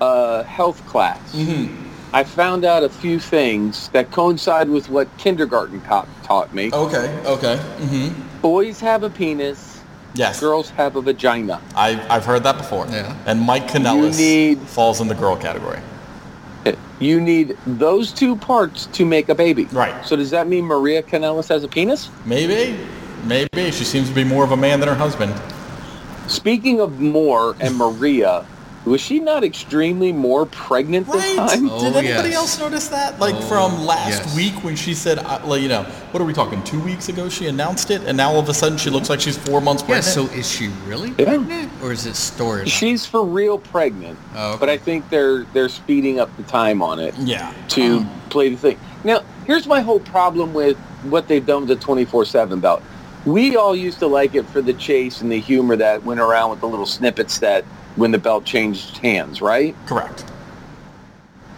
Speaker 3: uh, health class,
Speaker 1: Mm-hmm.
Speaker 3: I found out a few things that coincide with what kindergarten co- taught me.
Speaker 1: Okay, okay.
Speaker 3: Boys have a penis,
Speaker 1: Yes.
Speaker 3: girls have a vagina.
Speaker 1: I've, I've heard that before.
Speaker 2: Yeah.
Speaker 1: And Mike Kanellis
Speaker 3: need-
Speaker 1: falls in the girl category.
Speaker 3: You need those two parts to make a baby.
Speaker 1: Right.
Speaker 3: So does that mean Maria Canellis has a penis?
Speaker 1: Maybe, maybe she seems to be more of a man than her husband.
Speaker 3: Speaking of Moore and Maria, was she not extremely more pregnant this time?
Speaker 2: Oh,
Speaker 1: Did anybody
Speaker 2: yes.
Speaker 1: else notice that? Like
Speaker 2: Oh,
Speaker 1: from last
Speaker 2: yes.
Speaker 1: week when she said, I- like, you know, what are we talking? Two weeks ago she announced it, and now all of a sudden she looks like she's four months
Speaker 2: Yeah,
Speaker 1: pregnant.
Speaker 2: so is she really
Speaker 3: Yeah.
Speaker 2: pregnant? Or is it storage?
Speaker 3: She's for real pregnant,
Speaker 2: Oh, okay.
Speaker 3: but I think they're they're speeding up the time on it
Speaker 1: yeah,
Speaker 3: to
Speaker 2: Mm.
Speaker 3: play the thing. Now, here's my whole problem with what they've done with the 24/7 belt. We all used to like it for the chase and the humor that went around with the little snippets that when the belt changed hands, right?
Speaker 1: correct.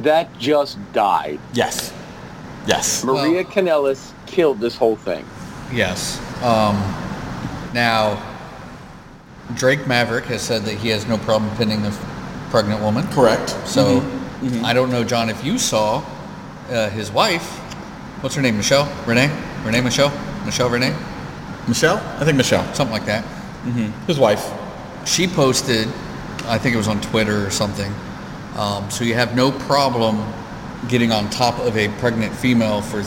Speaker 3: That just died.
Speaker 1: Yes, yes.
Speaker 3: Maria
Speaker 2: Well-
Speaker 3: Canellis killed this whole thing.
Speaker 2: Yes. Um, now, Drake Maverick has said that he has no problem pinning the f- pregnant woman.
Speaker 1: Correct.
Speaker 2: So, Mm-hmm. I don't know, John, if you saw uh, his wife. What's her name? Michelle? Renee? Renee Michelle? Michelle Renee?
Speaker 1: Michelle, I think Michelle,
Speaker 2: Something like that.
Speaker 1: his wife.
Speaker 2: She posted, I think it was on Twitter or something. Um, so you have no problem getting on top of a pregnant female for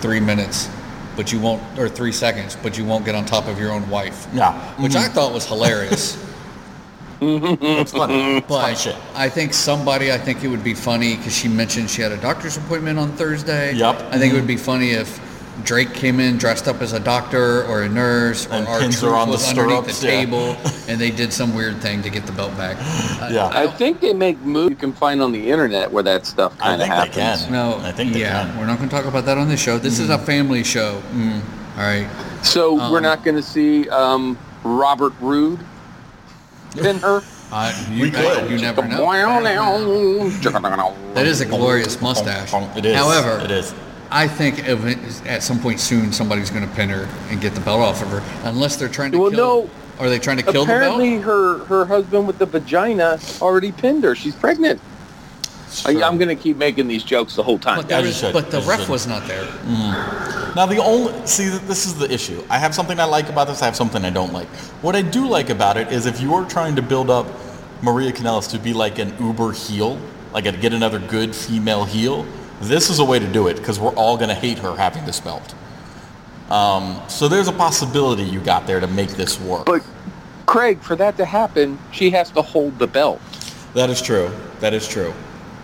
Speaker 2: three minutes, but you won't, or three seconds, but you won't get on top of your own wife.
Speaker 1: Yeah,
Speaker 2: which I thought was hilarious.
Speaker 1: it's funny. It's funny
Speaker 2: But
Speaker 1: shit.
Speaker 2: I think somebody, I think it would be funny because she mentioned she had a doctor's appointment on Thursday.
Speaker 1: Yep.
Speaker 2: I think it would be
Speaker 1: Mm-hmm.
Speaker 2: funny if Drake came in dressed up as a doctor or a nurse, or
Speaker 1: And
Speaker 2: our
Speaker 1: pins her on the
Speaker 2: was underneath
Speaker 1: stirrups,
Speaker 2: the
Speaker 1: yeah.
Speaker 2: table, and they did some weird thing to get the belt back. I-
Speaker 1: Yeah.
Speaker 2: I
Speaker 3: I
Speaker 2: don't-
Speaker 3: think they make moves you can find on the internet where that stuff
Speaker 1: I
Speaker 3: kind of
Speaker 1: think
Speaker 3: happens.
Speaker 1: they can.
Speaker 2: no,
Speaker 1: I think they
Speaker 2: yeah,
Speaker 1: can. Mm.
Speaker 2: we're not going to talk about that on this show. This is a family show. All right.
Speaker 3: So
Speaker 2: Um,
Speaker 3: we're not going to see um, Robert Roode in her.
Speaker 2: I, you,
Speaker 1: We could.
Speaker 2: you never know. That is a glorious mustache.
Speaker 1: It is.
Speaker 2: However,
Speaker 1: it is.
Speaker 2: I think ev- at some point soon somebody's going to pin her and get the belt off of her, unless they're trying to
Speaker 3: Well,
Speaker 2: kill.
Speaker 3: no.
Speaker 2: Are they trying to kill
Speaker 3: Apparently, her her husband with the vagina already pinned her. She's pregnant. I, I'm going to keep making these jokes the whole
Speaker 2: the
Speaker 3: time.
Speaker 2: belt? But, there
Speaker 1: As you
Speaker 2: was-
Speaker 1: should,
Speaker 2: but the
Speaker 1: as you
Speaker 2: ref
Speaker 1: should.
Speaker 2: was not there.
Speaker 1: Now the only see th- this is the issue. I have something I like about this. I have something I don't like. What I do like about it is if you are trying to build up Maria Kanellis to be like an uber heel, like a, get another good female heel, this is a way to do it because we're all gonna hate her having this belt. Um, so there's a possibility you got there to make this work.
Speaker 3: But Craig, for that to happen, she has to hold the belt
Speaker 1: that is true. That is true.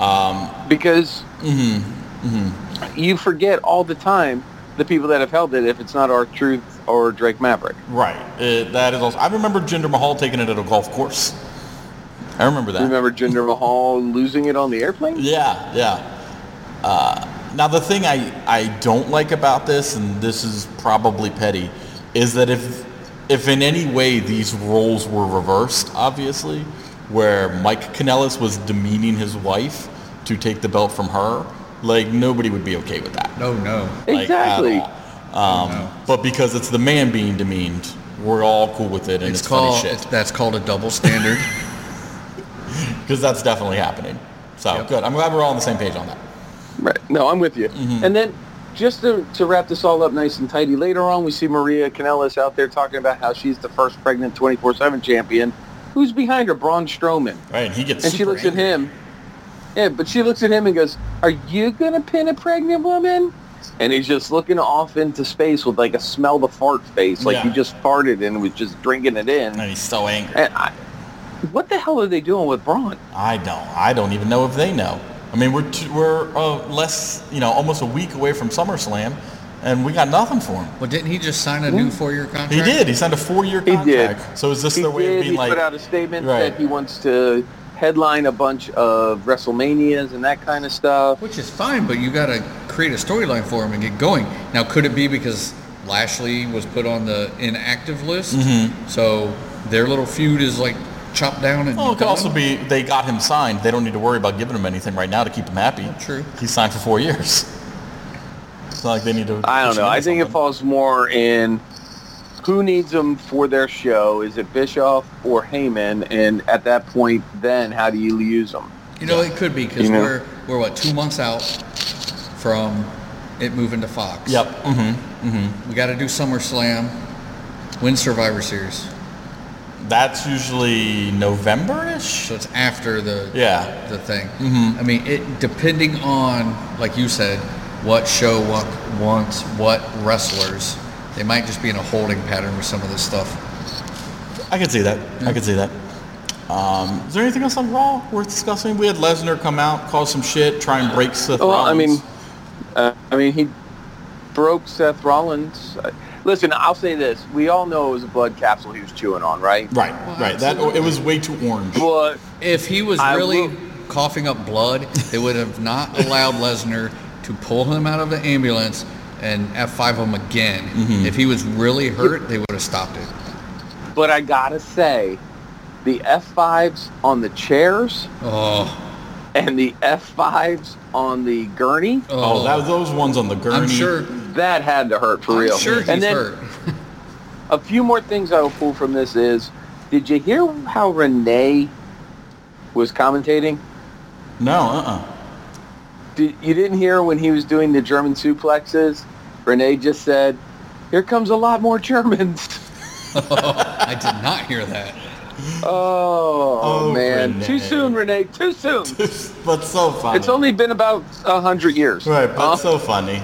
Speaker 1: Um,
Speaker 3: because
Speaker 1: Mm-hmm.
Speaker 3: you forget all the time the people that have held it. If it's not our truth or Drake Maverick.
Speaker 1: right. Uh, that is also. I remember Jinder Mahal taking it at a golf course. I remember that.
Speaker 3: Remember Jinder Mahal losing it on the airplane?
Speaker 1: Uh. Yeah, yeah. Uh, now the thing I, I don't like about this, and this is probably petty, is that if if in any way these roles were reversed, obviously, where Mike Kanellis was demeaning his wife to take the belt from her, like nobody would be okay with that.
Speaker 2: No, no.
Speaker 1: Like, at
Speaker 3: Exactly.
Speaker 1: all. Um, But because it's the man being demeaned, we're all cool with it, and
Speaker 2: It's,
Speaker 1: it's,
Speaker 2: called.
Speaker 1: funny
Speaker 2: it's-
Speaker 1: shit
Speaker 2: that's called a double standard.
Speaker 1: because that's definitely happening. So
Speaker 2: Yep.
Speaker 1: good. I'm glad we're all on the same page on that.
Speaker 3: Right. No, I'm with you.
Speaker 1: Mm-hmm.
Speaker 3: And then just to, to wrap this all up nice and tidy, later on we see Maria Canellis out there talking about how she's the first pregnant 24-7 champion. Who's behind her? Braun Strowman.
Speaker 1: Right? And he gets
Speaker 3: And she
Speaker 1: super
Speaker 3: looks
Speaker 1: angry.
Speaker 3: at him. Yeah, but she looks at him and goes, are you going to pin a pregnant woman? And he's just looking off into space with like a smell the fart face, like
Speaker 1: Yeah.
Speaker 3: he just farted and was just drinking it in.
Speaker 1: and he's so angry.
Speaker 3: And I, what the hell are they doing with Braun?
Speaker 1: I don't. I don't even know if they know. I mean, we're t- we're uh, less, you know, almost a week away from SummerSlam, and we got nothing for him.
Speaker 2: well, didn't he just sign a new four-year contract?
Speaker 1: He did. He signed a four-year
Speaker 3: He
Speaker 1: contract.
Speaker 3: did.
Speaker 1: So is this
Speaker 3: He
Speaker 1: their way
Speaker 3: did.
Speaker 1: of being
Speaker 3: he
Speaker 1: like?
Speaker 3: put out a statement
Speaker 1: Right.
Speaker 3: that he wants to headline a bunch of WrestleManias and that kind of stuff.
Speaker 2: Which is fine, but you got to create a storyline for him and get going. Now, could it be because Lashley was put on the inactive list, so their little feud is like chopped down and
Speaker 1: Mm-hmm. Well, "Oh, it could
Speaker 2: gone?
Speaker 1: also be they got him signed. They don't need to worry about giving him anything right now to keep him happy.
Speaker 2: True.
Speaker 1: He signed for four years. It's not like they need to.
Speaker 3: I don't
Speaker 1: push him
Speaker 3: know. I
Speaker 1: into
Speaker 3: think it
Speaker 1: something.
Speaker 3: falls more in who needs them for their show. Is it Bischoff or Heyman? And at that point, then how do you use them?
Speaker 2: You know, it could be because
Speaker 3: You know?
Speaker 2: we're we're what two months out from it moving to Fox.
Speaker 1: Yep. Mm-hmm.
Speaker 2: We got to do SummerSlam, win Survivor Series.
Speaker 1: That's usually November-ish.
Speaker 2: So it's after the
Speaker 1: Yeah.
Speaker 2: the thing. Mm-hmm. I mean, it depending on like you said, what show what wants what wrestlers. They might just be in a holding pattern with some of this stuff.
Speaker 1: I could see that. I could see that. Um, is there anything else on Raw worth discussing? We had Lesnar come out, cause some shit, try and break Seth
Speaker 3: Well, I
Speaker 1: Rollins.
Speaker 3: mean, uh, I mean, he broke Seth Rollins. Uh, Listen, I'll say this: we all know it was a blood capsule he was chewing on, right?
Speaker 1: right, right. That
Speaker 2: absolutely.
Speaker 1: it was way too orange.
Speaker 3: But
Speaker 2: If he was
Speaker 3: I
Speaker 2: really
Speaker 3: will-
Speaker 2: coughing up blood, they would have not allowed Lesnar to pull him out of the ambulance and F5 him again.
Speaker 3: Mm-hmm.
Speaker 2: If he was really hurt, they would have stopped it.
Speaker 3: but I gotta say, the F5s on the chairs
Speaker 2: Oh,
Speaker 3: and the F5s on the gurney
Speaker 2: oh,
Speaker 1: oh, that, those ones on the gurney.
Speaker 2: I'm sure.
Speaker 3: that had to hurt for real.
Speaker 2: I'm sure he's
Speaker 3: and then
Speaker 2: hurt.
Speaker 3: a few more things I will pull from this is: did you hear how Renee was commentating?
Speaker 1: No, uh-uh.
Speaker 3: Did, you didn't hear when he was doing the German suplexes? Renee just said, "Here comes a lot more Germans."
Speaker 2: I did not hear that.
Speaker 3: Oh,
Speaker 1: Oh,
Speaker 3: man,
Speaker 1: Renee.
Speaker 3: too soon, Renee. Too soon.
Speaker 1: but so funny.
Speaker 3: it's only been about a hundred years.
Speaker 1: right, but
Speaker 3: Uh,
Speaker 1: so funny.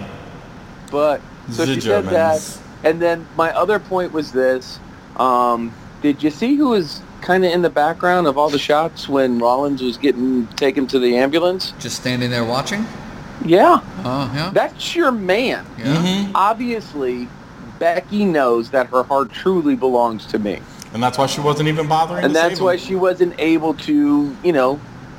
Speaker 3: but so
Speaker 1: The
Speaker 3: she said
Speaker 1: Germans.
Speaker 3: that, and then my other point was this: um, Did you see who was kind of in the background of all the shots when Rollins was getting taken to the ambulance?
Speaker 2: Just standing there watching?
Speaker 3: Yeah,
Speaker 2: Oh, yeah.
Speaker 3: that's your man.
Speaker 2: yeah.
Speaker 1: hmm
Speaker 3: Obviously, Becky knows that her heart truly belongs to me.
Speaker 1: And that's why she wasn't even bothering.
Speaker 3: and
Speaker 1: to
Speaker 3: that's
Speaker 1: save
Speaker 3: why
Speaker 1: him.
Speaker 3: she wasn't able to, you know,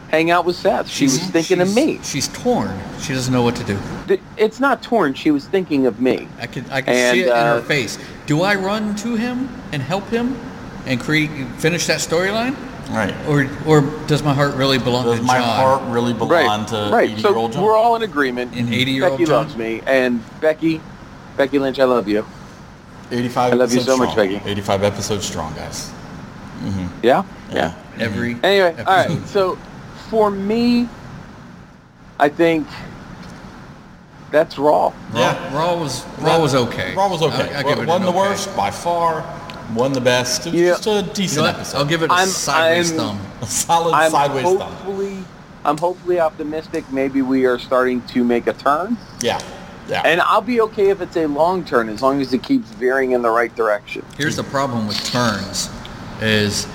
Speaker 3: hang out with Seth. She was
Speaker 2: She's-
Speaker 3: thinking of
Speaker 2: she's-
Speaker 3: me.
Speaker 2: She's torn. She doesn't know what to do.
Speaker 3: Th- It's not torn. She was thinking of me.
Speaker 2: I can I can
Speaker 3: And,
Speaker 2: see it in
Speaker 3: uh,
Speaker 2: her face. Do I run to him and help him and create finish that storyline,
Speaker 1: Right.
Speaker 2: or or does my heart really belong
Speaker 1: Does
Speaker 2: to
Speaker 1: my
Speaker 2: John?
Speaker 1: heart really belong
Speaker 3: Right.
Speaker 1: to
Speaker 3: right. So
Speaker 1: eighty-year-old John?
Speaker 3: we're all in agreement.
Speaker 2: An eighty-year-old
Speaker 3: Becky
Speaker 2: John.
Speaker 3: loves me, and Becky, Becky Lynch, I love you.
Speaker 1: Eighty-five.
Speaker 3: I love you
Speaker 1: episodes
Speaker 3: so much,
Speaker 1: strong.
Speaker 3: Becky.
Speaker 1: Eighty-five episodes strong, guys.
Speaker 3: Yeah.
Speaker 1: Yeah.
Speaker 2: Every
Speaker 3: Anyway, all
Speaker 2: episode.
Speaker 3: right. So for me, I think that's raw.
Speaker 2: Raw,
Speaker 1: Yeah.
Speaker 2: Raw was Raw was okay.
Speaker 1: Raw was okay.
Speaker 2: I, I give it
Speaker 1: one
Speaker 2: an
Speaker 1: the
Speaker 2: okay.
Speaker 1: worst by far. One the best. It was
Speaker 3: Yeah.
Speaker 1: just a
Speaker 2: You know
Speaker 1: decent
Speaker 2: what? Oh.
Speaker 1: episode.
Speaker 2: I'll give it a
Speaker 3: I'm-
Speaker 2: sideways
Speaker 3: I'm-
Speaker 2: thumb.
Speaker 1: a solid
Speaker 3: I'm
Speaker 1: sideways thumb.
Speaker 3: hopefully, I'm hopefully optimistic. Maybe we are starting to make a turn,
Speaker 1: Yeah. Yeah.
Speaker 3: and I'll be okay if it's a long turn as long as it keeps veering in the right direction.
Speaker 2: Here's the problem with turns is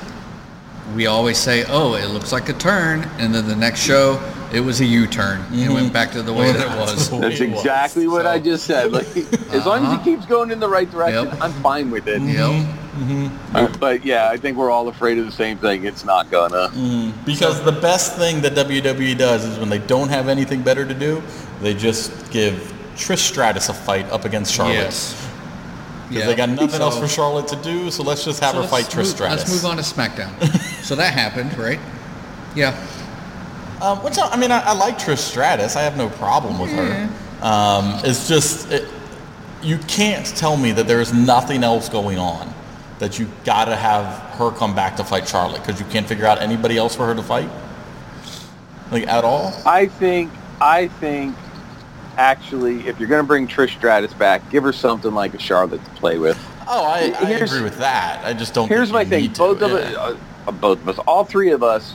Speaker 2: we always say, oh, it looks like a turn, and then the next show, it was a U-turn.
Speaker 1: Mm-hmm.
Speaker 2: It went back to the way that it was.
Speaker 1: Absolutely.
Speaker 3: That's
Speaker 1: It was.
Speaker 3: exactly what I
Speaker 2: So-
Speaker 3: just said. Like, as long as it
Speaker 2: Uh-huh.
Speaker 3: keeps going in the right direction,
Speaker 2: Yep.
Speaker 3: I'm fine with it.
Speaker 2: Yep.
Speaker 1: Mm-hmm.
Speaker 3: Uh, But yeah, I think we're all afraid of the same thing. It's not gonna.
Speaker 1: Mm. Because the best thing that WWE does is when they don't have anything better to do, they just give Trish Stratus a fight up against Charlotte.
Speaker 2: Yes.
Speaker 1: Because they got nothing else
Speaker 2: So-
Speaker 1: for Charlotte to do, so let's just have
Speaker 2: so
Speaker 1: her
Speaker 2: let's
Speaker 1: fight Trish
Speaker 2: move-
Speaker 1: Stratus.
Speaker 2: Let's move on to SmackDown. so that happened, right? Yeah.
Speaker 1: Um, which I, I mean, I, I like Trish Stratus. I have no problem with her. Um, it's just it, you can't tell me that there is nothing else going on that you gotta have her come back to fight Charlotte because you can't figure out anybody else for her to fight, like at all.
Speaker 3: I think. I think. Actually, if you're gonna bring Trish Stratus back, give her something like a Charlotte to play with.
Speaker 1: Oh, I, I
Speaker 3: Here's-
Speaker 1: agree with that. I just don't.
Speaker 3: Here's
Speaker 1: think
Speaker 3: my
Speaker 1: Oh, you
Speaker 3: thing:
Speaker 1: need to,
Speaker 3: both of
Speaker 1: yeah.
Speaker 3: us, uh, uh, both of us, all three of us,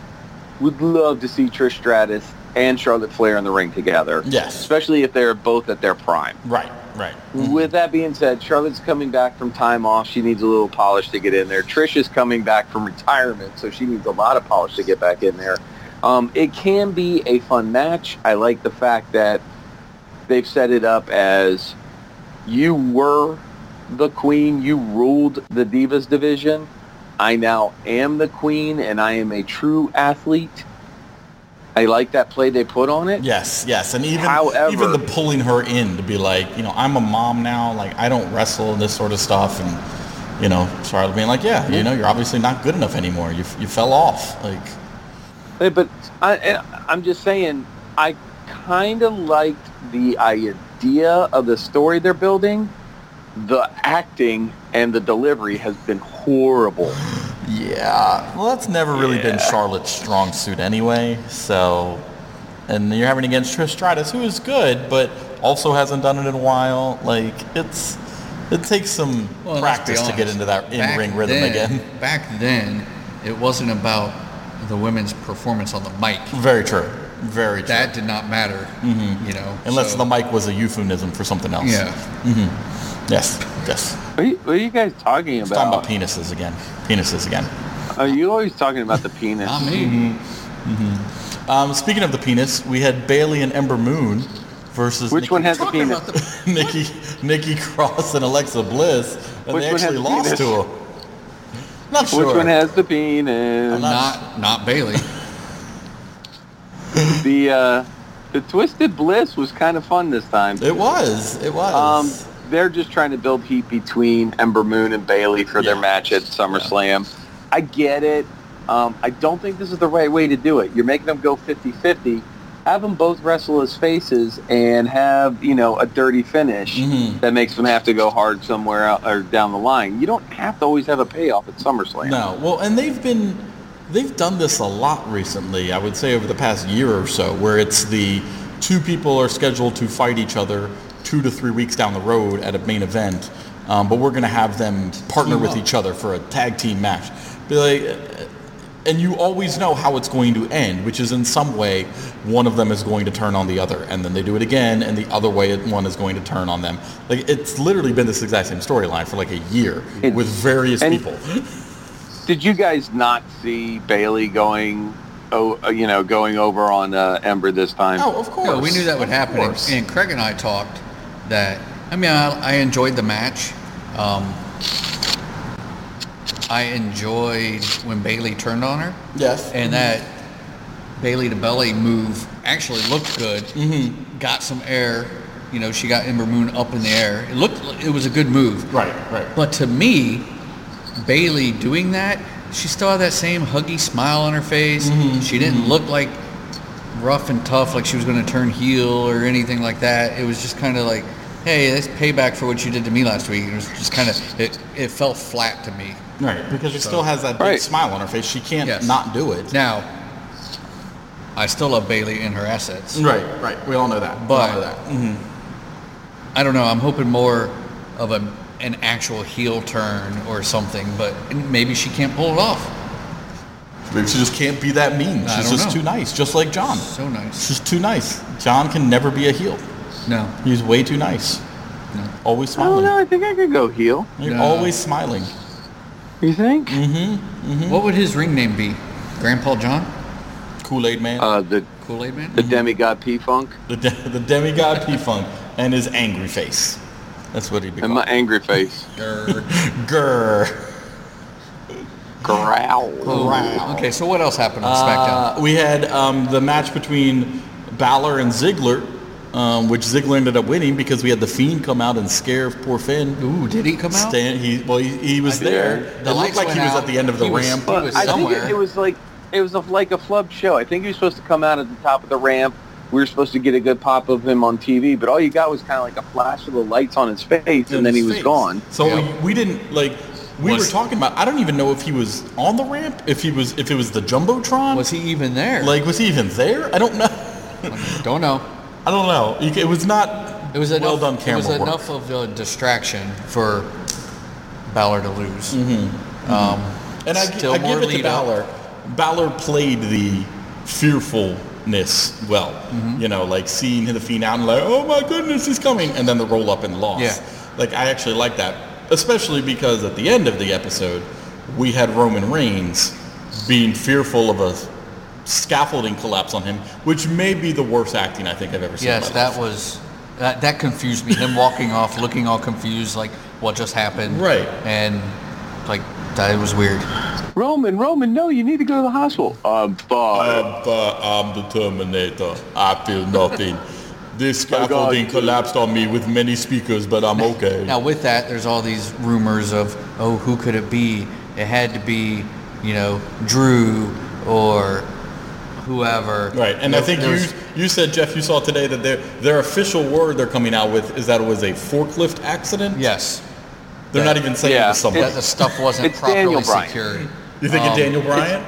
Speaker 3: would love to see Trish Stratus and Charlotte Flair in the ring together.
Speaker 1: Yes.
Speaker 3: especially if they're both at their prime.
Speaker 1: Right, right.
Speaker 3: With that being said, Charlotte's coming back from time off. She needs a little polish to get in there. Trish is coming back from retirement, so she needs a lot of polish to get back in there. Um, it can be a fun match. I like the fact that they've set it up as you were the queen, you ruled the Divas division. I now am the queen, and I am a true athlete. I like that play they put on it.
Speaker 1: Yes, yes, and even
Speaker 3: However-
Speaker 1: even the pulling her in to be like, you know, I'm a mom now. Like I don't wrestle and this sort of stuff, and you know, Charlotte being like, yeah,
Speaker 2: Mm-hmm.
Speaker 1: you know, you're obviously not good enough anymore. You you fell off. Like
Speaker 3: Hey, But I, I- I'm just saying, I kind of liked the idea of the story they're building. The acting and the delivery has been horrible.
Speaker 1: yeah, well, that's never really been Charlotte's strong suit anyway. So, and you're having against Trish Stratus, who is good, but also hasn't done it in a while. Like it's It takes some
Speaker 2: Well, let's be
Speaker 1: practice to get
Speaker 2: honest.
Speaker 1: into that
Speaker 2: Back
Speaker 1: in-ring rhythm
Speaker 2: then-
Speaker 1: again.
Speaker 2: Back then, it wasn't about the women's performance on the mic.
Speaker 1: Very true. Very true.
Speaker 2: That did not matter. You know,
Speaker 1: Mm-hmm. Unless
Speaker 2: so-
Speaker 1: the mic was a euphemism for something else.
Speaker 2: yeah,
Speaker 1: Yes. Yes.
Speaker 3: What are you, what are you guys talking
Speaker 1: It's talking about
Speaker 3: about?
Speaker 1: penises again. Penises again.
Speaker 3: Are you always talking about the penis?
Speaker 2: not me.
Speaker 1: Um, speaking of the penis, we had Bailey and Ember Moon versus
Speaker 3: Which
Speaker 1: Nikki,
Speaker 3: one has the
Speaker 2: Talking
Speaker 3: penis?
Speaker 2: about the
Speaker 1: Nikki Nikki Cross and Alexa Bliss, and
Speaker 3: Which
Speaker 1: they
Speaker 3: one has
Speaker 1: actually
Speaker 3: the
Speaker 1: lost
Speaker 3: penis?
Speaker 1: to her. Not sure.
Speaker 3: Which one has the penis?
Speaker 1: not
Speaker 2: not not Bailey.
Speaker 3: the uh, the twisted bliss was kind of fun this time.
Speaker 1: it was. It
Speaker 3: Um,
Speaker 1: was.
Speaker 3: they're just trying to build heat between Ember Moon and Bailey for their
Speaker 1: Yeah.
Speaker 3: match at SummerSlam. I get it. Um, I don't think this is the right way to do it. You're making them go 50-50. Have them both wrestle as faces and have, you know, a dirty finish
Speaker 1: Mhm.
Speaker 3: that makes them have to go hard somewhere out, or down the line. You don't have to always have a payoff at SummerSlam.
Speaker 1: No, well, and they've been they've done this a lot recently. I would say over the past year or so, where it's the two people are scheduled to fight each other two to three weeks down the road at a main event, um, but we're going to have them partner with each other for a tag team match. Be like, uh, and you always know how it's going to end, which is in some way one of them is going to turn on the other, and then they do it again, and the other way one is going to turn on them. Like it's literally been this exact same storyline for like a year
Speaker 3: It's-
Speaker 1: with various
Speaker 3: and-
Speaker 1: people.
Speaker 3: Did you guys not see Bailey going, oh, uh, you know, going over on uh, Ember this time?
Speaker 1: Oh, of course.
Speaker 2: No, we knew that would
Speaker 1: Of
Speaker 2: happen. And,
Speaker 1: course.
Speaker 2: and Craig and I talked that. I mean, I, I enjoyed the match. Um, I enjoyed when Bailey turned on her,
Speaker 1: yes.
Speaker 2: and that Bailey to belly move actually looked good. Mm-hmm. Got some air. You know, she got Ember Moon up in the air. It looked. It was a good move.
Speaker 1: right, right.
Speaker 2: But to me, Bailey doing that, she still had that same huggy smile on her face. She didn't look like rough and tough, like she was going to turn heel or anything like that. It was just kind of like, hey, that's payback for what you did to me last week. It was just kind of, it, it felt flat to me.
Speaker 1: Right, because she still has that big
Speaker 3: Right.
Speaker 1: smile on her face. She can't
Speaker 2: Yes.
Speaker 1: not do it.
Speaker 2: Now, I still love Bailey and her assets.
Speaker 1: Right, right. We all know that. we
Speaker 2: But-
Speaker 1: all know that. Mhm.
Speaker 2: I don't know. I'm hoping more of a, an actual heel turn or something, but maybe she can't pull it off.
Speaker 1: Maybe she just can't be that mean.
Speaker 2: I
Speaker 1: She's
Speaker 2: don't
Speaker 1: just
Speaker 2: know.
Speaker 1: too nice, just like John.
Speaker 2: So nice.
Speaker 1: She's too nice. John can never be a heel.
Speaker 2: No.
Speaker 1: He's way too nice.
Speaker 2: No.
Speaker 1: Always
Speaker 3: I don't
Speaker 1: smiling.
Speaker 3: know. Oh, I think I could go heel.
Speaker 1: You're
Speaker 2: No.
Speaker 1: always smiling.
Speaker 3: You think?
Speaker 1: Mm-hmm.
Speaker 2: What would his ring name be? Grandpa John?
Speaker 1: Kool Aid Man,
Speaker 3: Uh, the
Speaker 2: Kool Aid Man?
Speaker 3: the demigod P Funk
Speaker 1: the, de- the demigod P Funk, and his angry face. That's what he'd be
Speaker 3: and
Speaker 1: called.
Speaker 3: my angry face
Speaker 2: Grr.
Speaker 1: Grr.
Speaker 3: growl.
Speaker 2: Oh, okay, so what else happened on SmackDown?
Speaker 1: Uh, we had um, the match between Balor and Ziggler, um, which Ziggler ended up winning because we had the Fiend come out and scare poor Finn.
Speaker 2: Ooh, did he come out?
Speaker 1: Stan, he well, he, he was
Speaker 3: did.
Speaker 1: there.
Speaker 2: The
Speaker 1: it
Speaker 2: lights
Speaker 1: looked like
Speaker 2: went
Speaker 1: he was
Speaker 2: out.
Speaker 1: at the end of the
Speaker 2: He was-
Speaker 1: ramp.
Speaker 2: he
Speaker 3: But
Speaker 2: was
Speaker 3: I think it,
Speaker 2: somewhere.
Speaker 3: it was like it was a, like a flub show. I think he was supposed to come out at the top of the ramp. We were supposed to get a good pop of him on TV, but all you got was kind of like a flash of the lights on his face, and then he was gone.
Speaker 1: So
Speaker 2: Yeah.
Speaker 1: we, we didn't like. We
Speaker 2: Was-
Speaker 1: were talking about. I don't even know if he was on the ramp. If he was, if it was the jumbotron.
Speaker 2: Was he even there?
Speaker 1: like, was he even there? I don't know.
Speaker 2: Don't know.
Speaker 1: I don't know. You ca- It was not.
Speaker 2: It was enough,
Speaker 1: well done
Speaker 2: it
Speaker 1: camera
Speaker 2: was
Speaker 1: work.
Speaker 2: enough of a distraction for Balor to lose. Um,
Speaker 1: And I,
Speaker 2: still
Speaker 1: I
Speaker 2: more
Speaker 1: give it to
Speaker 2: lead up.
Speaker 1: Balor. Balor played the fearfulness well.
Speaker 2: Mm-hmm.
Speaker 1: You know, like seeing the Fiend out and like, oh my goodness, he's coming, and then the roll up and loss.
Speaker 2: Yeah.
Speaker 1: Like I actually like that, especially because at the end of the episode, we had Roman Reigns being fearful of a scaffolding collapse on him, which may be the worst acting I think I've ever seen.
Speaker 2: Yes,
Speaker 1: in my
Speaker 2: that
Speaker 1: life.
Speaker 2: was that, that confused me. Him walking off, looking all confused, like what just happened.
Speaker 1: Right.
Speaker 2: And like that was weird.
Speaker 3: Roman, Roman, no, you need to go to the hospital. Um, but
Speaker 1: Um, but I'm the Terminator. I feel nothing. This
Speaker 3: God.
Speaker 1: scaffolding collapsed on me with many speakers, but I'm okay.
Speaker 2: Now, with that, there's all these rumors of, oh, who could it be? It had to be, you know, Drew or whoever.
Speaker 1: Right, and I think you
Speaker 2: There was-
Speaker 1: you said Jeff, you saw today that their their official word they're coming out with is that it was a forklift accident.
Speaker 2: Yes.
Speaker 1: they're
Speaker 2: that-
Speaker 1: not even saying
Speaker 3: Yeah.
Speaker 1: it was someone.
Speaker 2: That the stuff wasn't
Speaker 3: It's Daniel
Speaker 2: properly
Speaker 3: Bryan.
Speaker 2: secured.
Speaker 1: You think of
Speaker 2: Um,
Speaker 1: Daniel Bryan?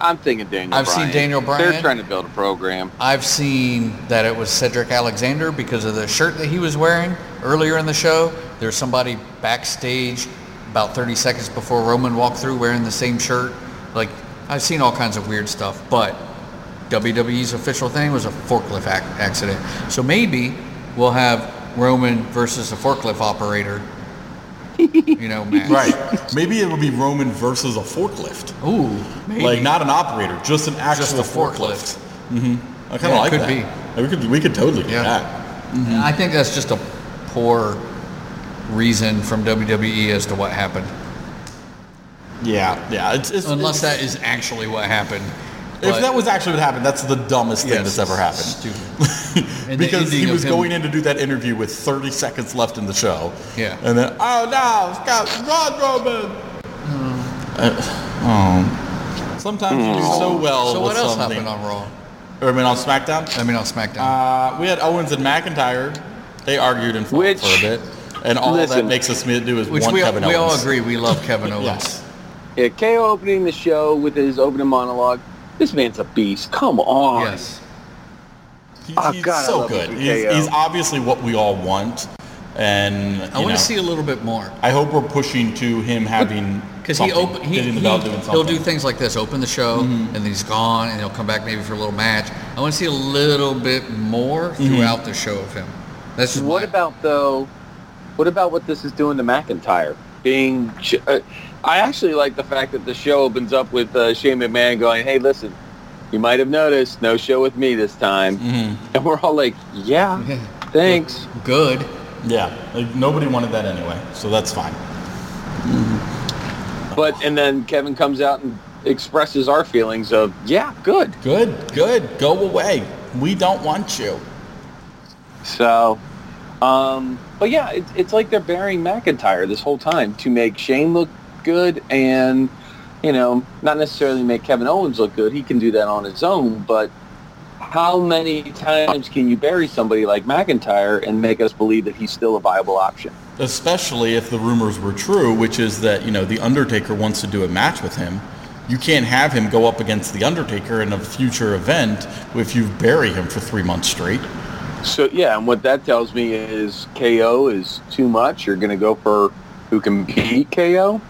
Speaker 3: I'm thinking Daniel.
Speaker 2: I've seen
Speaker 3: Bryan.
Speaker 2: Daniel
Speaker 3: They're
Speaker 2: Bryan.
Speaker 3: trying to build a program.
Speaker 2: I've seen that it was Cedric Alexander because of the shirt that he was wearing earlier in the show. There's somebody backstage about 30 seconds before Roman walked through wearing the same shirt. Like, I've seen all kinds of weird stuff, but WWE's official thing was a forklift ac- accident. So maybe we'll have Roman versus a forklift operator, you know, match.
Speaker 1: Right. Maybe it would be Roman versus a forklift.
Speaker 2: Ooh, maybe.
Speaker 1: Like not an operator, just an actual
Speaker 2: Just a forklift.
Speaker 1: forklift. hmm I kind of
Speaker 2: Yeah, it
Speaker 1: like
Speaker 2: could
Speaker 1: that.
Speaker 2: be.
Speaker 1: Like, We could we could totally do
Speaker 2: Yeah.
Speaker 1: that.
Speaker 2: I think that's just a poor reason from WWE as to what happened.
Speaker 1: Yeah, yeah. It's, it's,
Speaker 2: Unless that is actually what happened.
Speaker 1: if that was actually what happened, that's the dumbest thing that's ever happened.
Speaker 2: And the
Speaker 1: because he
Speaker 2: ending of
Speaker 1: was
Speaker 2: him-
Speaker 1: going in to do that interview with 30 seconds left in the show.
Speaker 2: Yeah.
Speaker 1: And then, oh no, it's got Rod Roman.
Speaker 2: Hmm.
Speaker 1: Uh, oh. Sometimes you do so well
Speaker 2: So
Speaker 1: with
Speaker 2: what else
Speaker 1: something.
Speaker 2: happened on Raw?
Speaker 1: Or, I mean, on SmackDown?
Speaker 2: I mean on SmackDown.
Speaker 1: Uh, we had Owens and McIntyre. They argued and fought
Speaker 3: Which-
Speaker 1: for a bit. And all that
Speaker 3: Listen.
Speaker 1: makes us do is
Speaker 2: Which
Speaker 1: want
Speaker 2: we, all-
Speaker 1: Kevin
Speaker 2: we all
Speaker 1: Owens.
Speaker 2: agree we love Kevin Owens.
Speaker 1: Yes.
Speaker 3: Yeah, KO opening the show with his opening monologue. This man's a beast. Come on.
Speaker 2: Yes.
Speaker 1: He's,
Speaker 3: Oh,
Speaker 1: he's
Speaker 3: God, I
Speaker 1: so
Speaker 3: love
Speaker 1: good.
Speaker 3: TKO.
Speaker 1: He's, he's obviously what we all want. And
Speaker 2: I
Speaker 1: you
Speaker 2: want
Speaker 1: know,
Speaker 2: to see a little bit more.
Speaker 1: I hope we're pushing to him having
Speaker 2: Because he
Speaker 1: something,
Speaker 2: open, he,
Speaker 1: getting
Speaker 2: he
Speaker 1: the belt, doing
Speaker 2: he'll do
Speaker 1: something. Mm-hmm.
Speaker 2: things like this: open the show, and then he's gone, and he'll come back maybe for a little match. I want to see a little bit more
Speaker 1: Mm-hmm.
Speaker 2: throughout the show of him. That's just
Speaker 3: What
Speaker 2: my-
Speaker 3: about though? What about what this is doing to McIntyre? Being, ch- uh, I actually like the fact that the show opens up with uh, Shane McMahon going, "Hey, listen, you might have noticed no show with me this time," and we're all like, "Yeah,
Speaker 2: Yeah.
Speaker 3: thanks."
Speaker 2: good?
Speaker 1: Yeah, like, nobody wanted that anyway, so that's fine.
Speaker 3: But and then Kevin comes out and expresses our feelings of, "Yeah, good."
Speaker 1: Good, good. Go away. We don't want you.
Speaker 3: So, um, but yeah, it's, it's like they're burying McIntyre this whole time to make Shane look good and, you know, not necessarily make Kevin Owens look good. He can do that on his own, but how many times can you bury somebody like McIntyre and make us believe that he's still a viable option?
Speaker 1: Especially if the rumors were true, which is that, you know, The Undertaker wants to do a match with him. You can't have him go up against The Undertaker in a future event if you bury him for three months straight.
Speaker 3: So, yeah, and what that tells me is KO is too much. You're going to go for who can beat KO?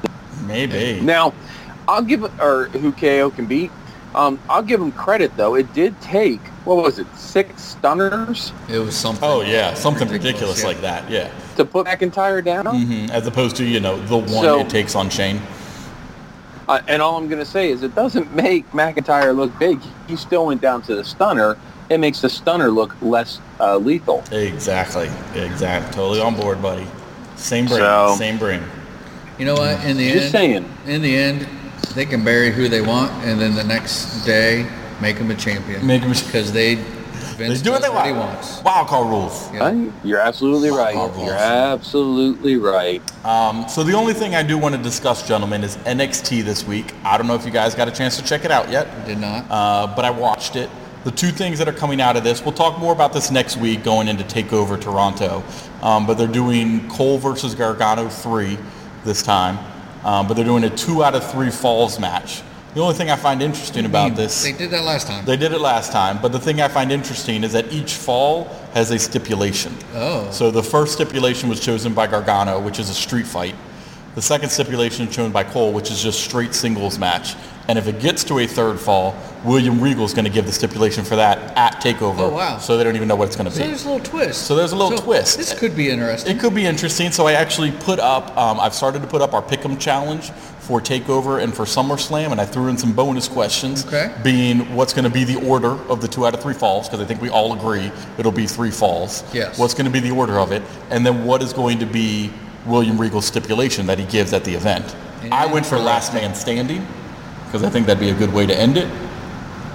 Speaker 1: Maybe.
Speaker 3: Now, I'll give or who KO can beat. Um, I'll give him credit though. It did take what was it six stunners
Speaker 2: It was something.
Speaker 1: Oh, yeah, something ridiculous,
Speaker 2: Ridiculous, yeah.
Speaker 1: like that, yeah.
Speaker 3: to put McIntyre down.
Speaker 2: Mm-hmm.
Speaker 1: Mhm, As opposed to, you know, the one
Speaker 3: So-
Speaker 1: it takes on Shane.
Speaker 3: Uh, and all I'm gonna say is it doesn't make McIntyre look big. He still went down to the stunner. It makes the stunner look less uh, lethal.
Speaker 1: Exactly. Exactly. Totally on board, buddy. Same brain.
Speaker 3: So-
Speaker 1: same brain.
Speaker 2: You know what? In the
Speaker 3: Just
Speaker 2: end,
Speaker 3: saying.
Speaker 2: In the end, they can bury who they want, and then the next day make him a champion.
Speaker 1: Make him a-
Speaker 2: because they
Speaker 1: They
Speaker 2: Vince
Speaker 1: do what they
Speaker 2: does
Speaker 1: want.
Speaker 2: he wants.
Speaker 1: Wild card rules.
Speaker 2: Yeah.
Speaker 3: Uh, You're absolutely right.
Speaker 1: Oh, boy.
Speaker 3: You're absolutely right.
Speaker 1: Um, so the only thing I do want to discuss, gentlemen, is NXT this week. I don't know if you guys got a chance to check it out yet,
Speaker 2: Did not.
Speaker 1: uh, but I watched it. The two things that are coming out of this, we'll talk more about this next week going into Takeover Toronto. Um, but they're doing Cole versus Gargano 3 this time. Um, but they're doing a two out of three falls match. The only thing I find interesting about this...
Speaker 2: They did that last time.
Speaker 1: They did it last time, but the thing I find interesting is that each fall has a stipulation.
Speaker 2: Oh.
Speaker 1: So the first stipulation was chosen by Gargano, which is a street fight. The second stipulation is chosen by Cole, which is just straight singles match. And if it gets to a third fall, William Regal's going to give the stipulation for that at Takeover.
Speaker 2: Oh, wow.
Speaker 1: So they don't even know what it's going to
Speaker 2: so
Speaker 1: be.
Speaker 2: there's a little twist.
Speaker 1: So there's a little twist.
Speaker 2: This could be interesting.
Speaker 1: It could be interesting. So I actually put up, um, I've started to put up our Pick'em challenge for Takeover and for SummerSlam, and I threw in some bonus questions,
Speaker 2: Okay.
Speaker 1: being what's going to be the order of the two out of three falls, because I think we all agree it'll be three falls.
Speaker 2: Yes.
Speaker 1: What's going to be the order of it, and then what is going to be William Regal's stipulation that he gives at the event.
Speaker 2: And
Speaker 1: I went for last man standing, because I think that'd be a good way to end it.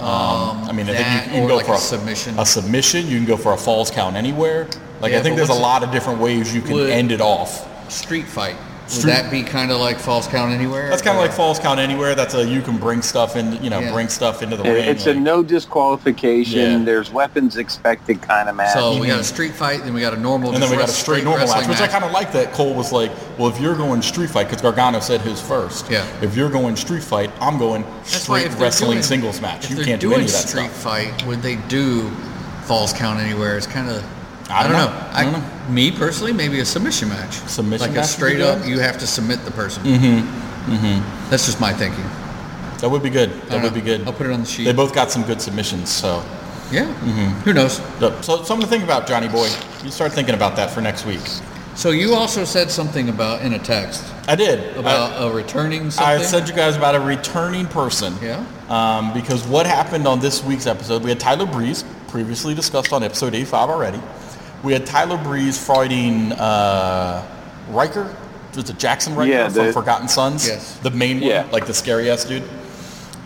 Speaker 1: Um, I mean, I
Speaker 2: that
Speaker 1: think you, you
Speaker 2: or
Speaker 1: can go
Speaker 2: like
Speaker 1: for
Speaker 2: a submission.
Speaker 1: A submission. You can go for a falls count anywhere. Like
Speaker 2: Yeah,
Speaker 1: I think
Speaker 2: but
Speaker 1: there's a
Speaker 2: what's-
Speaker 1: lot of different ways you can
Speaker 2: Would-
Speaker 1: end it off.
Speaker 2: Street fight. Would that be kind of like false count anywhere?
Speaker 1: That's kind
Speaker 2: Or-
Speaker 1: of like falls count anywhere. That's a you can bring stuff in, you know,
Speaker 2: Yeah.
Speaker 1: bring stuff into the
Speaker 3: It-
Speaker 1: ring.
Speaker 3: it's a
Speaker 1: like-
Speaker 3: no disqualification.
Speaker 1: Yeah.
Speaker 3: There's weapons expected kind of match.
Speaker 2: So we got a street fight, then we got a normal.
Speaker 1: and then
Speaker 2: just
Speaker 1: we got a
Speaker 2: rest-
Speaker 1: straight normal match,
Speaker 2: wrestling
Speaker 1: which I kind of like that Cole was like, well, if you're going street fight, because Gargano said his first.
Speaker 2: Yeah.
Speaker 1: If you're going street fight, I'm going
Speaker 2: That's why
Speaker 1: straight
Speaker 2: if they're
Speaker 1: wrestling
Speaker 2: doing-
Speaker 1: singles match.
Speaker 2: if
Speaker 1: You
Speaker 2: they're
Speaker 1: can't do
Speaker 2: doing
Speaker 1: any of that
Speaker 2: street
Speaker 1: stuff.
Speaker 2: fight. Would they do falls count anywhere? It's kind of.
Speaker 1: I don't know.
Speaker 2: I,
Speaker 1: I don't know.
Speaker 2: Me personally, maybe a submission match.
Speaker 1: Submission
Speaker 2: like
Speaker 1: match
Speaker 2: a
Speaker 1: would be
Speaker 2: straight up,
Speaker 1: good.
Speaker 2: you have to submit the person. Mm-hmm. Mm-hmm. That's just my thinking.
Speaker 1: That would be good.
Speaker 2: don't
Speaker 1: That would be
Speaker 2: know.
Speaker 1: good.
Speaker 2: Uh, I'll put it on the sheet.
Speaker 1: They both got some good submissions, so.
Speaker 2: Yeah.
Speaker 1: Mm-hmm.
Speaker 2: Who knows?
Speaker 1: Yep. So something to think about, Johnny boy. You start thinking about that for next week.
Speaker 2: So you also said something about in a text
Speaker 1: I did.
Speaker 2: about
Speaker 1: I-
Speaker 2: a returning
Speaker 1: I,
Speaker 2: something.
Speaker 1: said you guys about a returning person.
Speaker 2: Yeah.
Speaker 1: Um, because what happened on this week's episode, we had Tyler Breeze, previously discussed on episode 85 already. We had Tyler Breeze fighting uh, Riker. Was it Jackson Riker
Speaker 3: Yeah,
Speaker 1: from
Speaker 3: the-
Speaker 1: Forgotten Sons?
Speaker 2: Yes.
Speaker 1: The main
Speaker 3: Yeah.
Speaker 1: one, like the scary ass dude.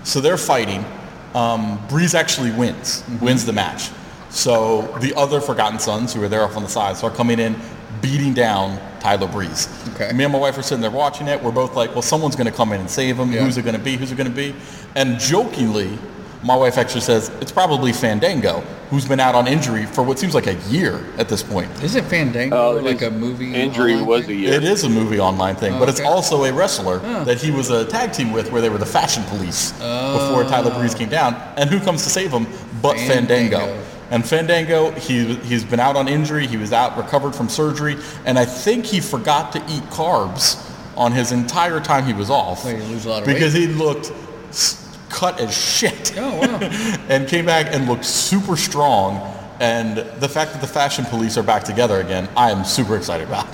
Speaker 1: So they're fighting. Um, Breeze actually wins,
Speaker 2: Mm-hmm.
Speaker 1: wins the match. So the other Forgotten Sons, who were there off on the side, start coming in, beating down Tyler Breeze.
Speaker 2: Okay.
Speaker 1: Me and my wife are sitting there watching it. We're both like, well, someone's going to come in and save him.
Speaker 2: Yeah.
Speaker 1: Who's it going to be? Who's it going to be? And jokingly, my wife actually says, it's probably Fandango, who's been out on injury for what seems like a year at this point.
Speaker 2: Is it Fandango
Speaker 3: Oh,
Speaker 2: like
Speaker 3: his
Speaker 2: a movie?
Speaker 3: Injury
Speaker 2: online
Speaker 3: was a
Speaker 2: thing?
Speaker 3: year.
Speaker 1: It is a movie online thing, but it's
Speaker 2: Okay.
Speaker 1: also a wrestler that he was a tag team with where they were the fashion police
Speaker 2: Oh.
Speaker 1: before Tyler Breeze came down. And who comes to save him but Fandango.
Speaker 2: Fandango.
Speaker 1: And Fandango, he, he's been out on injury. He was out, recovered from surgery. And I think he forgot to eat carbs on his entire time he was off.
Speaker 2: Wait, he lose a lot of
Speaker 1: because he looked s- cut as shit
Speaker 2: Oh wow.
Speaker 1: and came back and looked super strong. And the fact that the fashion police are back together again, I am super excited about.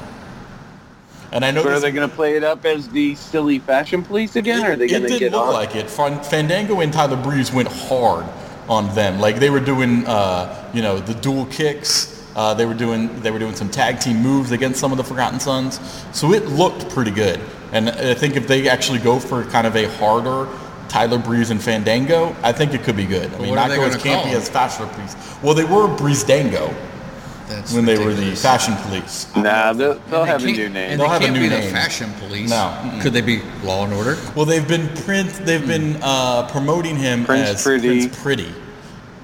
Speaker 1: And I know
Speaker 3: But are
Speaker 1: this-
Speaker 3: they going to play it up as the silly fashion police again? or are they
Speaker 1: it
Speaker 3: going to
Speaker 1: did
Speaker 3: get
Speaker 1: look
Speaker 3: on?
Speaker 1: like it. Fan- Fandango and Tyler Breeze went hard on them. Like they were doing, uh, you know, the dual kicks. Uh, they were doing they were doing some tag team moves against some of the Forgotten Sons. So it looked pretty good. And I think if they actually go for kind of a harder Tyler Breeze and Fandango, I think it could be good. I mean,
Speaker 2: what are
Speaker 1: not
Speaker 2: they
Speaker 1: go as
Speaker 2: gonna call
Speaker 1: campy
Speaker 2: them?
Speaker 1: as Fashion Police. Well, they were Breeze Dango
Speaker 2: That's
Speaker 1: when they were the
Speaker 2: ridiculous.
Speaker 1: Fashion Police.
Speaker 3: Nah, they'll, they'll
Speaker 2: And they
Speaker 3: have a
Speaker 2: can't-
Speaker 3: new name.
Speaker 2: And they
Speaker 1: They'll have a
Speaker 2: can't
Speaker 1: new
Speaker 2: be the
Speaker 1: name.
Speaker 2: fashion police.
Speaker 1: No. Mm-mm.
Speaker 2: Could they be law and order?
Speaker 1: Well, they've been print. They've been
Speaker 2: Hmm.
Speaker 1: uh, promoting him
Speaker 3: Prince
Speaker 1: as
Speaker 3: Pretty.
Speaker 1: Prince Pretty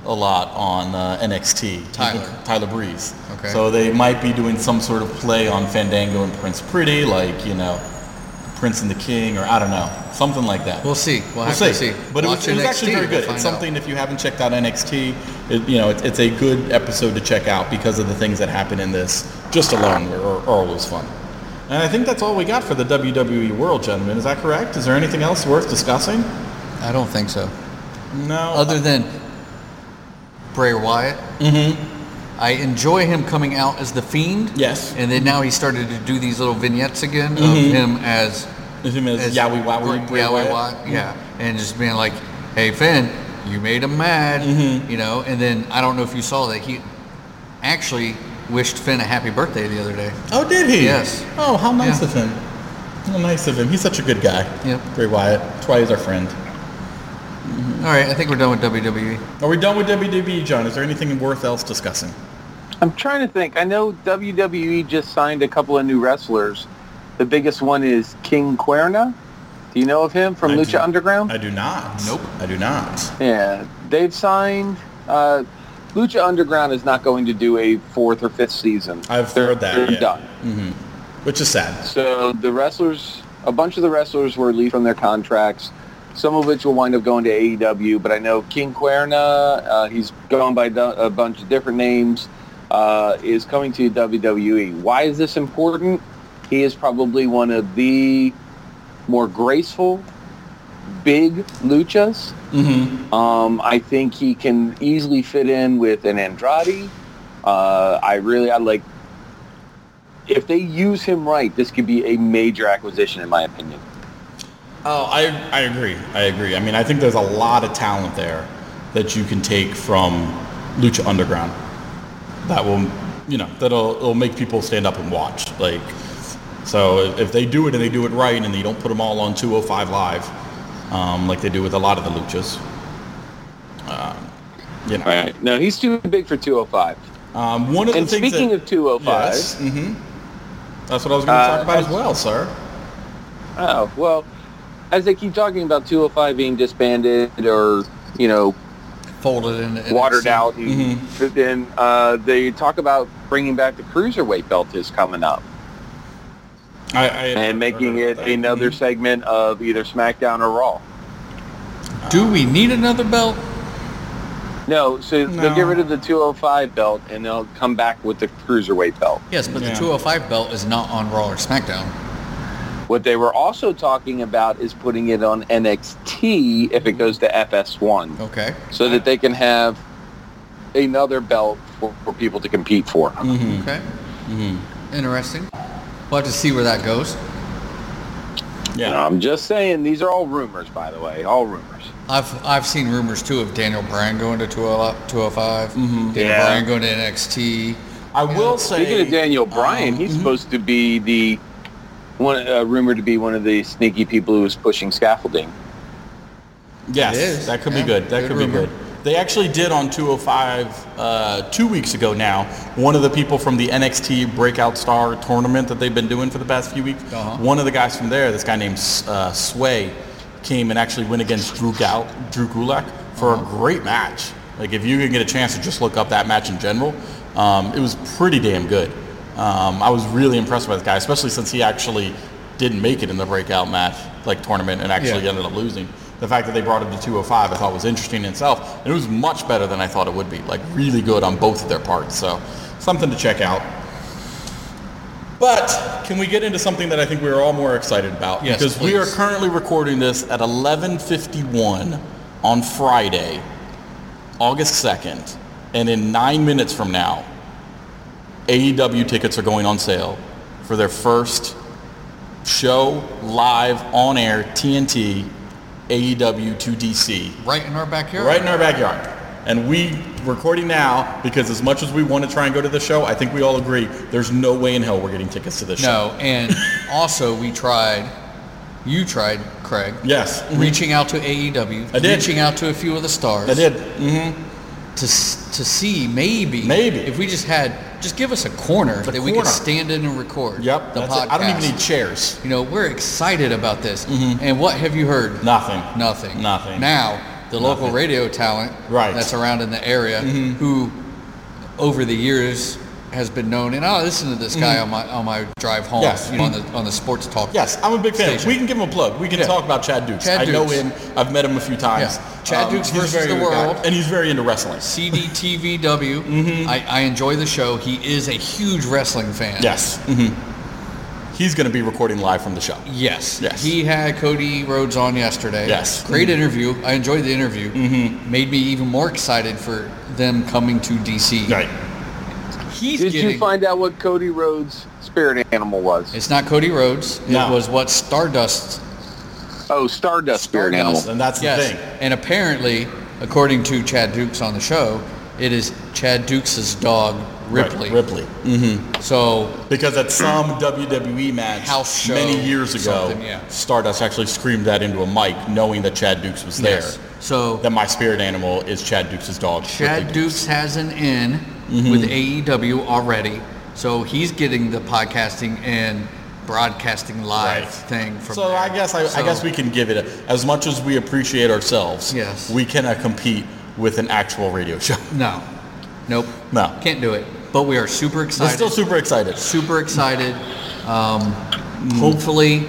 Speaker 1: a lot on uh, NXT.
Speaker 2: Tyler.
Speaker 1: He's been- Tyler Breeze.
Speaker 2: Okay.
Speaker 1: So they might be doing some sort of play on Fandango and Prince Pretty, like you know, Prince and the King, or I don't know, something like that.
Speaker 2: We'll see. We'll,
Speaker 1: We'll
Speaker 2: have
Speaker 1: see.
Speaker 2: to see.
Speaker 1: But it was,
Speaker 2: Watch
Speaker 1: it was
Speaker 2: NXT,
Speaker 1: actually very
Speaker 2: we'll
Speaker 1: good.
Speaker 2: find
Speaker 1: it's
Speaker 2: out.
Speaker 1: something if you haven't checked out NXT, it, you know, it, it's a good episode to check out because of the things that happen in this just alone are, are always fun. And I think that's all we got for the WWE world, gentlemen. Is that correct? Is there anything else worth discussing?
Speaker 2: I don't think so.
Speaker 1: No.
Speaker 2: Other than Bray Wyatt. Mm-hmm. I enjoy him coming out as the fiend.
Speaker 1: Yes.
Speaker 2: And then now he started to do these little vignettes again of him as
Speaker 1: Him as
Speaker 2: as
Speaker 1: Yowie Wowie. Bray Wyatt.
Speaker 2: Yowie Wa- yeah, and just being like, "Hey, Finn, you made him mad,"
Speaker 1: Mm-hmm.
Speaker 2: you know. And then I don't know if you saw that he actually wished Finn a happy birthday the other day.
Speaker 1: Oh, did he?
Speaker 2: Yes.
Speaker 1: Oh, how nice
Speaker 2: Yeah.
Speaker 1: of him. How nice of him. He's such a good guy.
Speaker 2: Yep.
Speaker 1: Bray Wyatt. That's why he's our friend.
Speaker 2: All right, I think we're done with E. WWE.
Speaker 1: Are we done with WWE, John? Is there anything worth else discussing?
Speaker 3: I'm trying to think. I know WWE just signed a couple of new wrestlers. The biggest one is King Cuerna. Do you know of him from
Speaker 1: I
Speaker 3: Lucha
Speaker 1: do-
Speaker 3: Underground?
Speaker 1: I do not.
Speaker 2: Nope.
Speaker 1: I do not.
Speaker 3: Yeah, they've signed. Uh, Lucha Underground is not going to do a fourth or fifth season.
Speaker 1: I've
Speaker 3: They're-
Speaker 1: heard that,
Speaker 3: They're
Speaker 1: yeah.
Speaker 3: done.
Speaker 1: Which is sad.
Speaker 3: So the wrestlers, a bunch of the wrestlers were relieved from their contracts. Some of which will wind up going to AEW, but I know King Cuerna, uh, he's gone by du- a bunch of different names, uh, is coming to WWE. Why is this important? He is probably one of the more graceful, big luchas. Um, I think he can easily fit in with an Andrade. Uh, I really, I like if they use him right, this could be a major acquisition, in my opinion.
Speaker 1: Oh, I, I agree. I agree. I mean, I think there's a lot of talent there that you can take from Lucha Underground that will, you know, that'll it'll make people stand up and watch. Like, so if- if they do it and they do it right and they don't put them all on 205 Live, um, like they do with a lot of the luchas, um, you know.
Speaker 3: No, he's too big for 205.
Speaker 1: Um, one of
Speaker 3: And
Speaker 1: the things
Speaker 3: speaking oh
Speaker 1: that,
Speaker 3: of 205,
Speaker 1: Yes, mhm. that's what I was going to
Speaker 3: Uh,
Speaker 1: talk about as well, sir.
Speaker 3: Oh, well, as they keep talking about 205 being disbanded or, you know,
Speaker 2: Folded in. in
Speaker 3: watered
Speaker 2: itself.
Speaker 3: out, and
Speaker 1: Mm-hmm.
Speaker 3: then uh, they talk about bringing back the cruiserweight belt is coming up
Speaker 1: I, I
Speaker 3: and making it another
Speaker 1: Mm-hmm.
Speaker 3: segment of either SmackDown or Raw.
Speaker 2: Do we need another belt?
Speaker 3: No, so
Speaker 1: No.
Speaker 3: they'll get rid of the 205 belt and they'll come back with the cruiserweight belt.
Speaker 2: Yes, but
Speaker 1: Yeah.
Speaker 2: the 205 belt is not on Raw or SmackDown.
Speaker 3: What they were also talking about is putting it on NXT if it goes to FS1,
Speaker 2: Okay.
Speaker 3: so that they can have another belt for, for people to compete for.
Speaker 1: Hmm.
Speaker 2: Okay. Interesting. We'll have to see where that goes.
Speaker 1: Yeah.
Speaker 3: I'm just saying, these are all rumors, by the way, all rumors.
Speaker 2: I've I've seen rumors too of Daniel Bryan going to 205.
Speaker 1: Mm-hmm.
Speaker 2: Daniel
Speaker 3: Yeah.
Speaker 2: Bryan going to NXT.
Speaker 1: I will say.
Speaker 3: Speaking of Daniel Bryan,
Speaker 1: um,
Speaker 3: he's supposed to be the one uh, rumored to be one of the sneaky people who was pushing scaffolding.
Speaker 1: Yes,
Speaker 2: It is,
Speaker 1: that could
Speaker 2: yeah.
Speaker 1: be good. That
Speaker 2: Good
Speaker 1: could
Speaker 2: rumor.
Speaker 1: be good. They actually did on 205 uh, two weeks ago now. One of the people from the NXT Breakout Star tournament that they've been doing for the past few weeks,
Speaker 2: Uh-huh.
Speaker 1: one of the guys from there, this guy named uh, Sway, came and actually went against Drew, Gow- Drew Gulak for
Speaker 2: Uh-huh.
Speaker 1: a great match. Like, if you can get a chance to just look up that match in general, um, it was pretty damn good. Um, I was really impressed by this guy, especially since he actually didn't make it in the breakout match, like tournament, and actually
Speaker 2: Yeah.
Speaker 1: ended up losing. The fact that they brought him to 205 I thought was interesting in itself, and it was much better than I thought it would be. Like really good on both of their parts, so something to check out. But can we get into something that I think we're all more excited about?
Speaker 2: Yes,
Speaker 1: because we are
Speaker 2: please.
Speaker 1: currently recording this at 11:51 on Friday, August 2nd, and in nine minutes from now, AEW tickets are going on sale for their first show live on air TNT E AEW to DC
Speaker 2: Right in our backyard.
Speaker 1: right in our backyard. And we recording now because as much as we want to try and go to the show, I think we all agree there's no way in hell we're getting tickets to this show.
Speaker 2: No, and also we tried. You tried, Craig.
Speaker 1: Yes.
Speaker 2: Reaching out to AEW.
Speaker 1: I did.
Speaker 2: Reaching out to a few of the stars.
Speaker 1: I did. Mm-hmm.
Speaker 2: To, s- to see maybe
Speaker 1: Maybe.
Speaker 2: if we just had just give us a corner that we could
Speaker 1: corner.
Speaker 2: stand in and record.
Speaker 1: Yep.
Speaker 2: The
Speaker 1: that's
Speaker 2: podcast.
Speaker 1: it. I don't even need chairs.
Speaker 2: You know, we're excited about this. And what have you heard?
Speaker 1: Nothing.
Speaker 2: Nothing.
Speaker 1: Nothing.
Speaker 2: Now, the local
Speaker 1: Nothing.
Speaker 2: radio talent
Speaker 1: Right. Mm-hmm.
Speaker 2: that's around in the area who over the years has been known and I listen to this guy on my on my drive home
Speaker 1: Mm-hmm. Yes.
Speaker 2: you know, on the on the sports talk.
Speaker 1: Yes, I'm a big fan.
Speaker 2: Station.
Speaker 1: We can give him a plug. We can
Speaker 2: Yeah.
Speaker 1: talk about Chad Dukes.
Speaker 2: Chad
Speaker 1: I know
Speaker 2: Dukes.
Speaker 1: him. I've met him a few times. Um,
Speaker 2: Yeah. Chad Dukes
Speaker 1: he's a
Speaker 2: versus
Speaker 1: very
Speaker 2: the
Speaker 1: good guy.
Speaker 2: world.
Speaker 1: and he's very into wrestling.
Speaker 2: CDTVW.
Speaker 1: Mm-hmm.
Speaker 2: I, I enjoy the show. He is a huge wrestling fan.
Speaker 1: Yes.
Speaker 2: Mm-hmm.
Speaker 1: hmm He's going to be recording live from the show.
Speaker 2: Yes.
Speaker 1: Yes.
Speaker 2: He had Cody Rhodes on yesterday.
Speaker 1: Yes.
Speaker 2: Great interview. I enjoyed the interview. Mm-hmm. Made me even more excited for them coming to DC.
Speaker 1: Right.
Speaker 2: He's
Speaker 3: Did
Speaker 2: getting,
Speaker 3: you find out what Cody Rhodes' spirit animal was?
Speaker 2: It's not Cody Rhodes.
Speaker 1: No.
Speaker 2: It was what Stardust.
Speaker 3: Oh, Stardust spirit animal.
Speaker 1: And that's the
Speaker 2: yes.
Speaker 1: thing.
Speaker 2: And apparently, according to Chad Dukes on the show, it is Chad Dukes' dog
Speaker 1: Right,
Speaker 2: Ripley.
Speaker 1: Ripley.
Speaker 2: So
Speaker 1: Because at some WWE match
Speaker 2: House show,
Speaker 1: many years ago,
Speaker 2: something, yeah.
Speaker 1: Stardust actually screamed that into a mic, knowing that Chad Dukes was there.
Speaker 2: yes. So
Speaker 1: That my spirit animal is Chad Dukes' dog.
Speaker 2: Chad
Speaker 1: Ripley
Speaker 2: Dukes has an in
Speaker 1: Mm-hmm.
Speaker 2: with AEW already. So he's getting the podcasting and broadcasting live
Speaker 1: Right.
Speaker 2: thing from
Speaker 1: So
Speaker 2: there.
Speaker 1: I guess I, I guess
Speaker 2: So-
Speaker 1: we can give it a, as much as we appreciate ourselves.
Speaker 2: Yes.
Speaker 1: We cannot compete with an actual radio show.
Speaker 2: No. Nope.
Speaker 1: No.
Speaker 2: Can't do it. But we are super
Speaker 1: We're
Speaker 2: excited.
Speaker 1: still super excited.
Speaker 2: super excited. Um,
Speaker 1: Mm.
Speaker 2: Hopefully,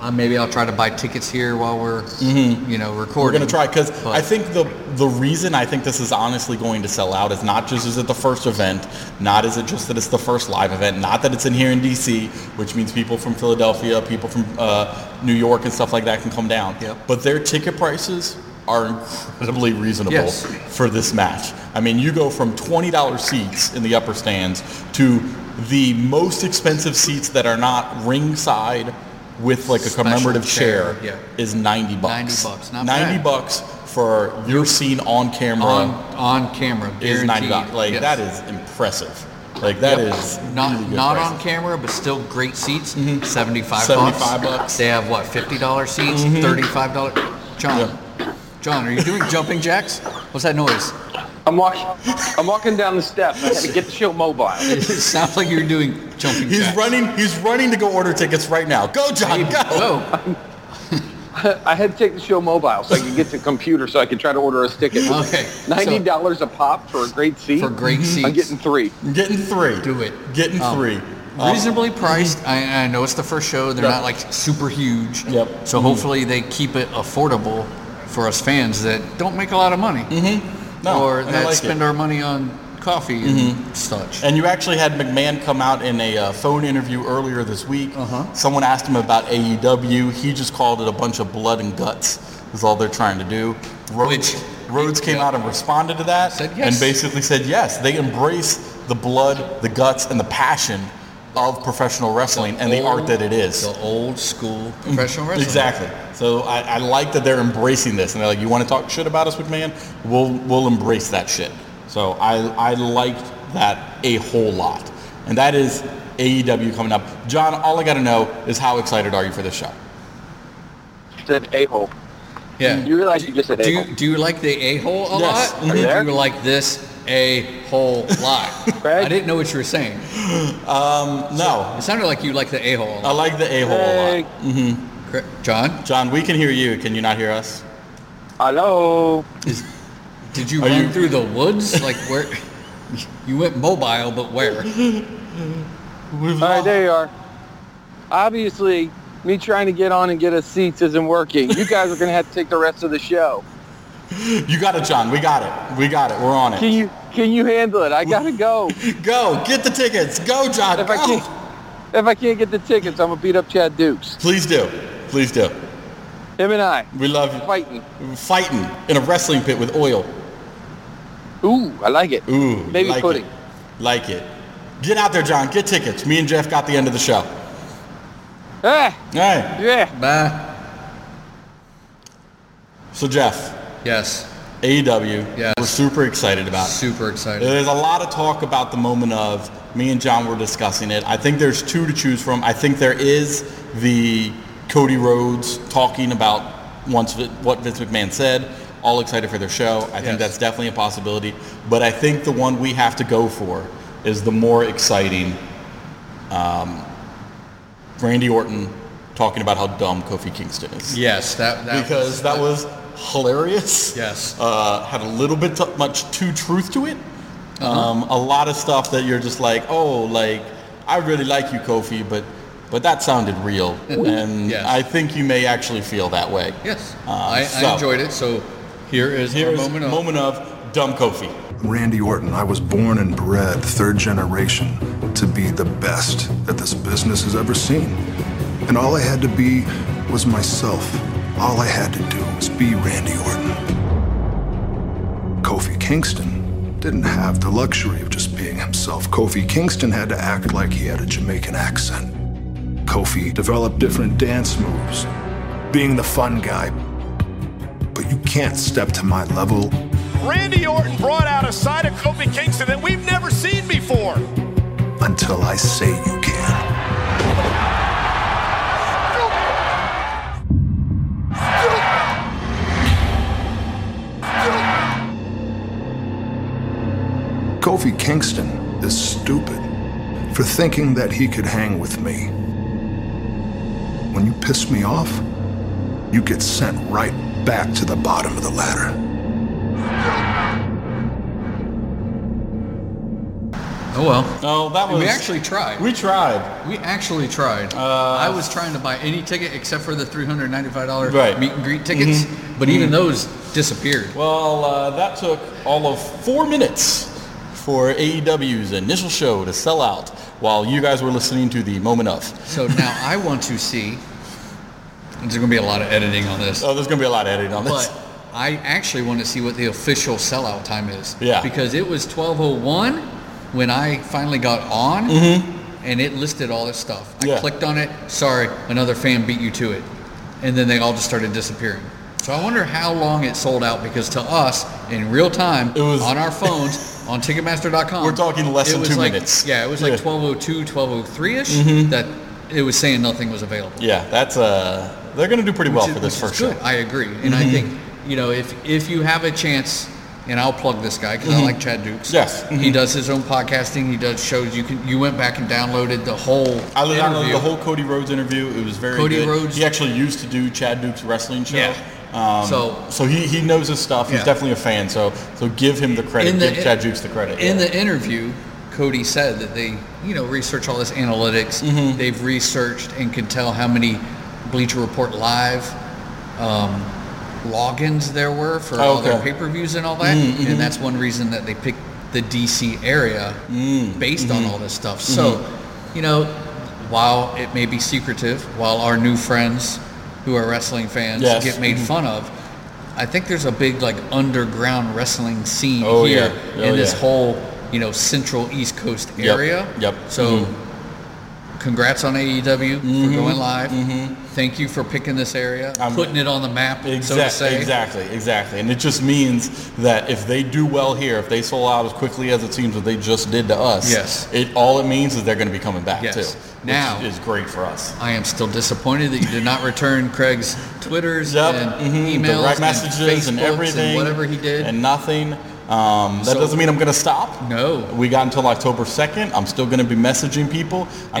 Speaker 2: uh, maybe I'll try to buy tickets here while we're, you know,
Speaker 1: We're
Speaker 2: recording.
Speaker 1: gonna try because
Speaker 2: But-
Speaker 1: I think the the reason I think this is honestly going to sell out is not just is it the first event, not is it just that it's the first live event, not that it's in here in DC, which means people from Philadelphia, people from uh, New York and stuff like that can come down.
Speaker 2: Yep.
Speaker 1: But their ticket prices are incredibly reasonable
Speaker 2: Yes.
Speaker 1: for this match. I mean, you go from twenty dollars seats in the upper stands to the most expensive seats that are not ringside with like a
Speaker 2: Special
Speaker 1: commemorative
Speaker 2: chair,
Speaker 1: chair,
Speaker 2: yeah.
Speaker 1: is 90 bucks.
Speaker 2: 90 bucks, not
Speaker 1: 90
Speaker 2: bad.
Speaker 1: bucks for your scene on camera
Speaker 2: on on camera.
Speaker 1: is 90
Speaker 2: guaranteed.
Speaker 1: bucks. Like
Speaker 2: Yes.
Speaker 1: that is impressive. Like that
Speaker 2: Yep.
Speaker 1: is
Speaker 2: not
Speaker 1: really good
Speaker 2: not
Speaker 1: pricing.
Speaker 2: on camera, but still great seats. Seventy-five,
Speaker 1: 75
Speaker 2: bucks.
Speaker 1: bucks. Mm-hmm.
Speaker 2: They have what fifty dollar seats, thirty-five dollar. John, John, are you doing jumping jacks? What's that noise?
Speaker 3: I'm walking. I'm walking down the steps. I had to get the show mobile.
Speaker 2: It sounds like you're doing Jumping
Speaker 1: He's
Speaker 2: jacks.
Speaker 1: running. He's running to go order tickets right now. Go, John. Go.
Speaker 2: Whoa.
Speaker 3: I had to take the show mobile so I could get to computer so I could try to order a ticket.
Speaker 1: Uh,
Speaker 2: Okay, so-
Speaker 3: Ninety dollars a pop for a great seat.
Speaker 2: For great seats.
Speaker 3: I'm getting three.
Speaker 1: Mm-hmm. I'm getting three.
Speaker 2: Do it.
Speaker 1: Getting
Speaker 2: Um,
Speaker 1: three. Um,
Speaker 2: Reasonably priced. I, I know it's the first show. They're
Speaker 1: Yeah.
Speaker 2: not like super huge.
Speaker 1: Yep. Mm-hmm.
Speaker 2: So hopefully they keep it affordable for us fans that don't make a lot of money.
Speaker 1: Mm-hmm. no,
Speaker 2: or
Speaker 1: and I
Speaker 2: that
Speaker 1: like it. Mm-hmm.
Speaker 2: spend our money on coffee and such.
Speaker 1: And you actually had McMahon come out in a uh, phone interview earlier this week.
Speaker 2: Uh-huh.
Speaker 1: Someone asked him about AEW. He just called it a bunch of blood and guts. Is all they're trying to do. Rhodes,
Speaker 2: Which-
Speaker 1: Rhodes came
Speaker 2: yeah.
Speaker 1: out and responded to that
Speaker 2: Said
Speaker 1: and
Speaker 2: yes.
Speaker 1: basically said yes. They embrace the blood, the guts, and the passion of professional wrestling and the art that it is.
Speaker 2: The old school professional wrestling.
Speaker 1: Exactly. So I, I like that they're embracing this, and they're like, "You want to talk shit about us, McMahon? We'll we'll embrace that shit." So I I liked that a whole lot, and that is AEW coming up. John, all I got to know is how excited are you for this show?
Speaker 3: Said a hole.
Speaker 2: Yeah.
Speaker 3: You realize you just said
Speaker 2: do
Speaker 3: a hole.
Speaker 2: you, do you like the a hole a
Speaker 1: Yes.
Speaker 2: lot? Or
Speaker 3: Are you there?
Speaker 2: do you like this a whole lot?
Speaker 3: Craig?
Speaker 2: I didn't know what you were saying.
Speaker 1: No,
Speaker 2: It sounded like you like the a hole a
Speaker 1: I
Speaker 2: lot.
Speaker 1: like the a hole a
Speaker 3: Hey,
Speaker 1: lot.
Speaker 2: Cra- John,
Speaker 1: John, we can hear you. Can you not hear us?
Speaker 3: hello.
Speaker 2: did you
Speaker 1: Are
Speaker 2: run
Speaker 1: you-
Speaker 2: through the woods? Like where? You went mobile, but where?
Speaker 3: All right, there you are. Obviously, me trying to get on and get us seats isn't working. You guys are going to have to take the rest of the show.
Speaker 1: You got it, John. We got it. We got it. We're on
Speaker 3: Can
Speaker 1: it.
Speaker 3: you can you handle it? I gotta go.
Speaker 1: Go get the tickets. Go, John.
Speaker 3: If I
Speaker 1: Go.
Speaker 3: can't if I can't get the tickets, I'm gonna beat up Chad Dukes.
Speaker 1: Please do. Please do.
Speaker 3: Him and I
Speaker 1: We love you.
Speaker 3: fighting.
Speaker 1: Fighting in a wrestling pit with oil.
Speaker 3: Ooh, I like it.
Speaker 1: Ooh,
Speaker 3: Maybe
Speaker 1: like
Speaker 3: pudding.
Speaker 1: It. Like it. Get out there, John. Get tickets. Me and Jeff got the end of the show. All
Speaker 3: Ah,
Speaker 1: right.
Speaker 3: yeah.
Speaker 2: Bah.
Speaker 1: So Jeff,
Speaker 2: Yes.
Speaker 1: AEW.
Speaker 2: Yes.
Speaker 1: We're super excited about. it.
Speaker 2: Super excited.
Speaker 1: There's a lot of talk about the moment of. Me and John were discussing it. I think there's two to choose from. I think there is the Cody Rhodes talking about once Vi- what Vince McMahon said. All excited for their show. I think
Speaker 2: Yes.
Speaker 1: that's definitely a possibility. But I think the one we have to go for is the more exciting um, Randy Orton talking about how dumb Kofi Kingston is.
Speaker 2: Yes, that, that
Speaker 1: Because that was hilarious.
Speaker 2: Yes.
Speaker 1: Uh, had a little bit too much too truth to it.
Speaker 2: Uh-huh.
Speaker 1: Um, a lot of stuff that you're just like, oh, like, I really like you, Kofi, but but that sounded real. and
Speaker 2: Yes.
Speaker 1: I think you may actually feel that way.
Speaker 2: Yes,
Speaker 1: Uh,
Speaker 2: I,
Speaker 1: so-
Speaker 2: I enjoyed it. So here is
Speaker 1: Here's
Speaker 2: our moment of
Speaker 1: moment of dumb Kofi.
Speaker 4: Randy Orton, I was born and bred third generation to be the best that this business has ever seen. And all I had to be was myself. All I had to do was be Randy Orton. Kofi Kingston didn't have the luxury of just being himself. Kofi Kingston had to act like he had a Jamaican accent. Kofi developed different dance moves, being the fun guy. But you can't step to my level
Speaker 5: Randy Orton brought out a side of Kofi Kingston that we've never seen before.
Speaker 4: until I say you can. Kofi Kingston is stupid for thinking that he could hang with me. When you piss me off, you get sent right back to the bottom of the ladder.
Speaker 2: Oh well,
Speaker 1: Oh, that was.
Speaker 2: we actually tried.
Speaker 1: We
Speaker 2: We,
Speaker 1: tried.
Speaker 2: actually tried. I was trying to buy any ticket except for the three hundred ninety-five dollar
Speaker 1: Right.
Speaker 2: meet and greet tickets, but even those disappeared.
Speaker 1: Well, uh, that took all of four minutes for AEW's initial show to sell out while you guys were listening to the moment of.
Speaker 2: So now I want to see. There's going to be a lot of editing on this,
Speaker 1: Oh, there's going to be a lot of editing on this.
Speaker 2: but I actually want to see what the official sellout time is.
Speaker 1: Yeah.
Speaker 2: Because it was twelve oh one when I finally got on, and it listed all this stuff. I
Speaker 1: Mm-hmm. Yeah.
Speaker 2: clicked on it. Sorry, another fan beat you to it, and then they all just started disappearing. So I wonder how long it sold out because to us in real time
Speaker 1: It was-
Speaker 2: on our phones on Ticketmaster.com.
Speaker 1: We're talking less
Speaker 2: it
Speaker 1: than
Speaker 2: was
Speaker 1: two
Speaker 2: like-
Speaker 1: minutes.
Speaker 2: Yeah, it was like
Speaker 1: Yeah. Mm-hmm.
Speaker 2: 1202, 1203 ish. That it was saying nothing was available.
Speaker 1: yeah, that's uh, they're going to do pretty well
Speaker 2: Which
Speaker 1: for
Speaker 2: is-
Speaker 1: this
Speaker 2: which
Speaker 1: first
Speaker 2: is
Speaker 1: show.
Speaker 2: good. I agree, and I think you know if if you have a chance and I'll plug this guy because I like Chad Dukes.
Speaker 1: Yes.
Speaker 2: he does his own podcasting. He does shows. You can you went back and downloaded the whole.
Speaker 1: I downloaded
Speaker 2: interview.
Speaker 1: the whole Cody Rhodes interview. It was very
Speaker 2: Cody
Speaker 1: good.
Speaker 2: Rhodes-
Speaker 1: He actually used to do Chad Duke's wrestling show.
Speaker 2: Yeah.
Speaker 1: Um,
Speaker 2: So-
Speaker 1: so he, he knows his stuff.
Speaker 2: Yeah.
Speaker 1: He's definitely a fan. So so give him the credit.
Speaker 2: In the-
Speaker 1: give Chad Dukes the credit.
Speaker 2: In the interview, Cody said that they, you know, research all this analytics.
Speaker 1: Mm-hmm.
Speaker 2: They've researched and can tell how many Bleacher Report live um, logins there were for all their
Speaker 1: Okay. Mm-hmm,
Speaker 2: pay-per-views and all that. And that's one reason that they picked the DC area
Speaker 1: Mm,
Speaker 2: based on
Speaker 1: mm-hmm.
Speaker 2: all this stuff. So, you know, while it may be secretive, while our new friends who are wrestling fans
Speaker 1: Yes. mm-hmm.
Speaker 2: get made fun of, I think there's a big like underground wrestling scene
Speaker 1: Oh,
Speaker 2: here
Speaker 1: yeah.
Speaker 2: in
Speaker 1: Oh,
Speaker 2: this
Speaker 1: yeah.
Speaker 2: whole you know central East Coast
Speaker 1: Yep.
Speaker 2: area.
Speaker 1: Yep. Mm-hmm.
Speaker 2: So, congrats on AEW for
Speaker 1: Mhm.
Speaker 2: going live. Thank you for picking this area,
Speaker 1: I'm-
Speaker 2: putting it on the map, so to
Speaker 1: Exact-
Speaker 2: say.
Speaker 1: Exactly, exactly. And it just means that if they do well here, if they sold out as quickly as it seems that they just did to us,
Speaker 2: Yes.
Speaker 1: it all it means is they're going to be coming back
Speaker 2: Yes.
Speaker 1: too, which
Speaker 2: Now-
Speaker 1: is great for us.
Speaker 2: I am still disappointed that you did not return Craig's Twitters
Speaker 1: Yep.
Speaker 2: and
Speaker 1: mhm,
Speaker 2: emails,
Speaker 1: Direct
Speaker 2: and
Speaker 1: messages and,
Speaker 2: Facebooks
Speaker 1: everything,
Speaker 2: and whatever he did.
Speaker 1: and nothing. Um, that
Speaker 2: So-
Speaker 1: doesn't mean I'm going to stop.
Speaker 2: No.
Speaker 1: we got until October 2nd. I'm still going to be messaging people. I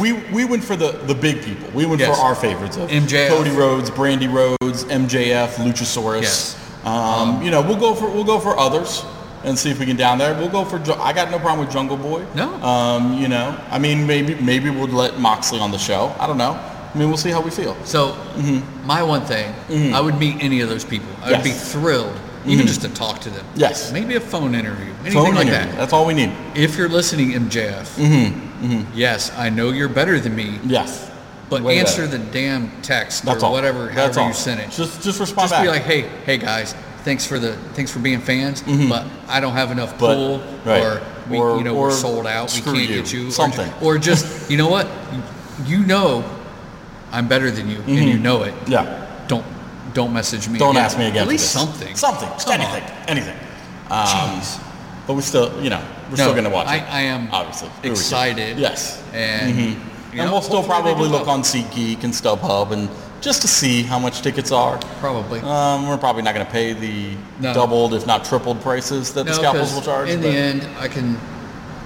Speaker 1: mean, we, we we went for the the big people. We went
Speaker 2: Yes.
Speaker 1: for our favorites of
Speaker 2: MJF.
Speaker 1: Cody Rhodes, Brandy Rhodes, MJF, Luchasaurus.
Speaker 2: Yes.
Speaker 1: Um, you know, we'll go for we'll go for others and see if we can down there. We'll go for. Ju- I got no problem with Jungle Boy.
Speaker 2: No.
Speaker 1: Um, you know, I mean, maybe maybe we'll let Moxley on the show. I don't know. I mean, we'll see how we feel.
Speaker 2: So my one thing, I would meet any of those people. I would
Speaker 1: Mm-hmm. Yes. Mm-hmm.
Speaker 2: be thrilled, even just to talk to them.
Speaker 1: Yes.
Speaker 2: Maybe a phone interview, anything
Speaker 1: Phone
Speaker 2: like
Speaker 1: interview.
Speaker 2: that.
Speaker 1: That's all we need.
Speaker 2: If you're listening, MJF,
Speaker 1: Mm-hmm,
Speaker 2: yes, I know you're better than me,
Speaker 1: Yes.
Speaker 2: but
Speaker 1: Way
Speaker 2: answer
Speaker 1: better.
Speaker 2: the damn text
Speaker 1: That's
Speaker 2: or
Speaker 1: all.
Speaker 2: whatever,
Speaker 1: That's
Speaker 2: however
Speaker 1: all.
Speaker 2: you sent it.
Speaker 1: Just just respond
Speaker 2: Just
Speaker 1: back.
Speaker 2: be like, hey, hey guys, thanks for the thanks for being fans, but I don't have enough
Speaker 1: Mm-hmm. But-
Speaker 2: pull,
Speaker 1: right.
Speaker 2: or we,
Speaker 1: Or-
Speaker 2: you know we're
Speaker 1: or
Speaker 2: sold out, we
Speaker 1: screw
Speaker 2: can't
Speaker 1: you.
Speaker 2: get you, or ju-
Speaker 1: Something.
Speaker 2: or just you know what, you know, I'm better than you, and you know it.
Speaker 1: yeah.
Speaker 2: don't don't message me.
Speaker 1: Mm-hmm. Don't
Speaker 2: again.
Speaker 1: ask me again.
Speaker 2: At
Speaker 1: for this.
Speaker 2: least something.
Speaker 1: Something. Just
Speaker 2: Come
Speaker 1: anything.
Speaker 2: on.
Speaker 1: Anything. Um, But we still, you know, we're
Speaker 2: No,
Speaker 1: still gonna watch
Speaker 2: I,
Speaker 1: it.
Speaker 2: I am
Speaker 1: obviously Here we go.
Speaker 2: excited.
Speaker 1: Yes. Mm-hmm.
Speaker 2: and you
Speaker 1: and
Speaker 2: know,
Speaker 1: we'll still
Speaker 2: hopefully
Speaker 1: probably
Speaker 2: they do
Speaker 1: look
Speaker 2: well.
Speaker 1: on SeatGeek and StubHub and just to see how much tickets are.
Speaker 2: probably.
Speaker 1: Um, we're probably not going to pay the
Speaker 2: No.
Speaker 1: doubled, if not tripled, prices that the
Speaker 2: No,
Speaker 1: scalpels
Speaker 2: 'cause
Speaker 1: will charge.
Speaker 2: In the
Speaker 1: but-
Speaker 2: end, I can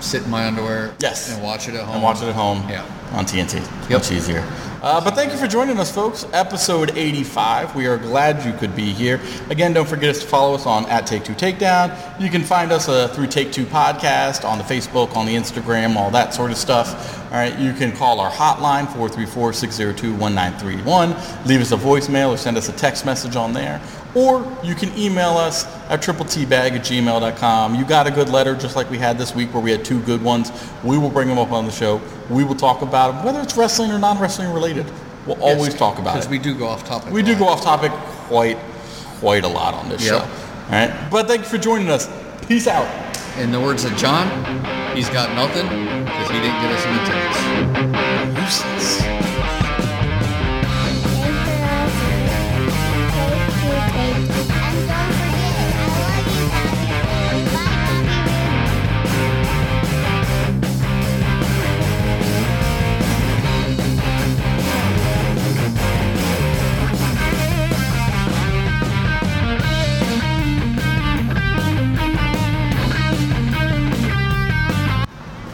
Speaker 2: sit in my underwear.
Speaker 1: Yes.
Speaker 2: and watch it at home.
Speaker 1: and watch it at home
Speaker 2: Yeah.
Speaker 1: on TNT.
Speaker 2: Yep.
Speaker 1: Much easier. Uh, but thank you for joining us, folks. Episode 85. We are glad you could be here. Again, don't forget us to follow us on at Take Two Takedown. You can find us uh, through Take Two Podcast on the Facebook, on the Instagram, all that sort of stuff. All right, you can call our hotline 434-602-1931. Leave us a voicemail or send us a text message on there. Or you can email us at tripletbag at gmail.com. You got a good letter just like we had this week where we had two good ones. We will bring them up on the show. We will talk about them, whether it's wrestling or non-wrestling related. We'll always talk about
Speaker 2: because
Speaker 1: it.
Speaker 2: we do go off topic.
Speaker 1: We
Speaker 2: a
Speaker 1: do
Speaker 2: lot.
Speaker 1: go off topic quite, quite a lot on this
Speaker 2: Yep.
Speaker 1: show. All right. But thank you for joining us. Peace out.
Speaker 2: In the words of John, he's got nothing because he didn't get us any tickets.
Speaker 1: Useless.
Speaker 6: And don't forget, I love you, Daddy. Bye, Mommy.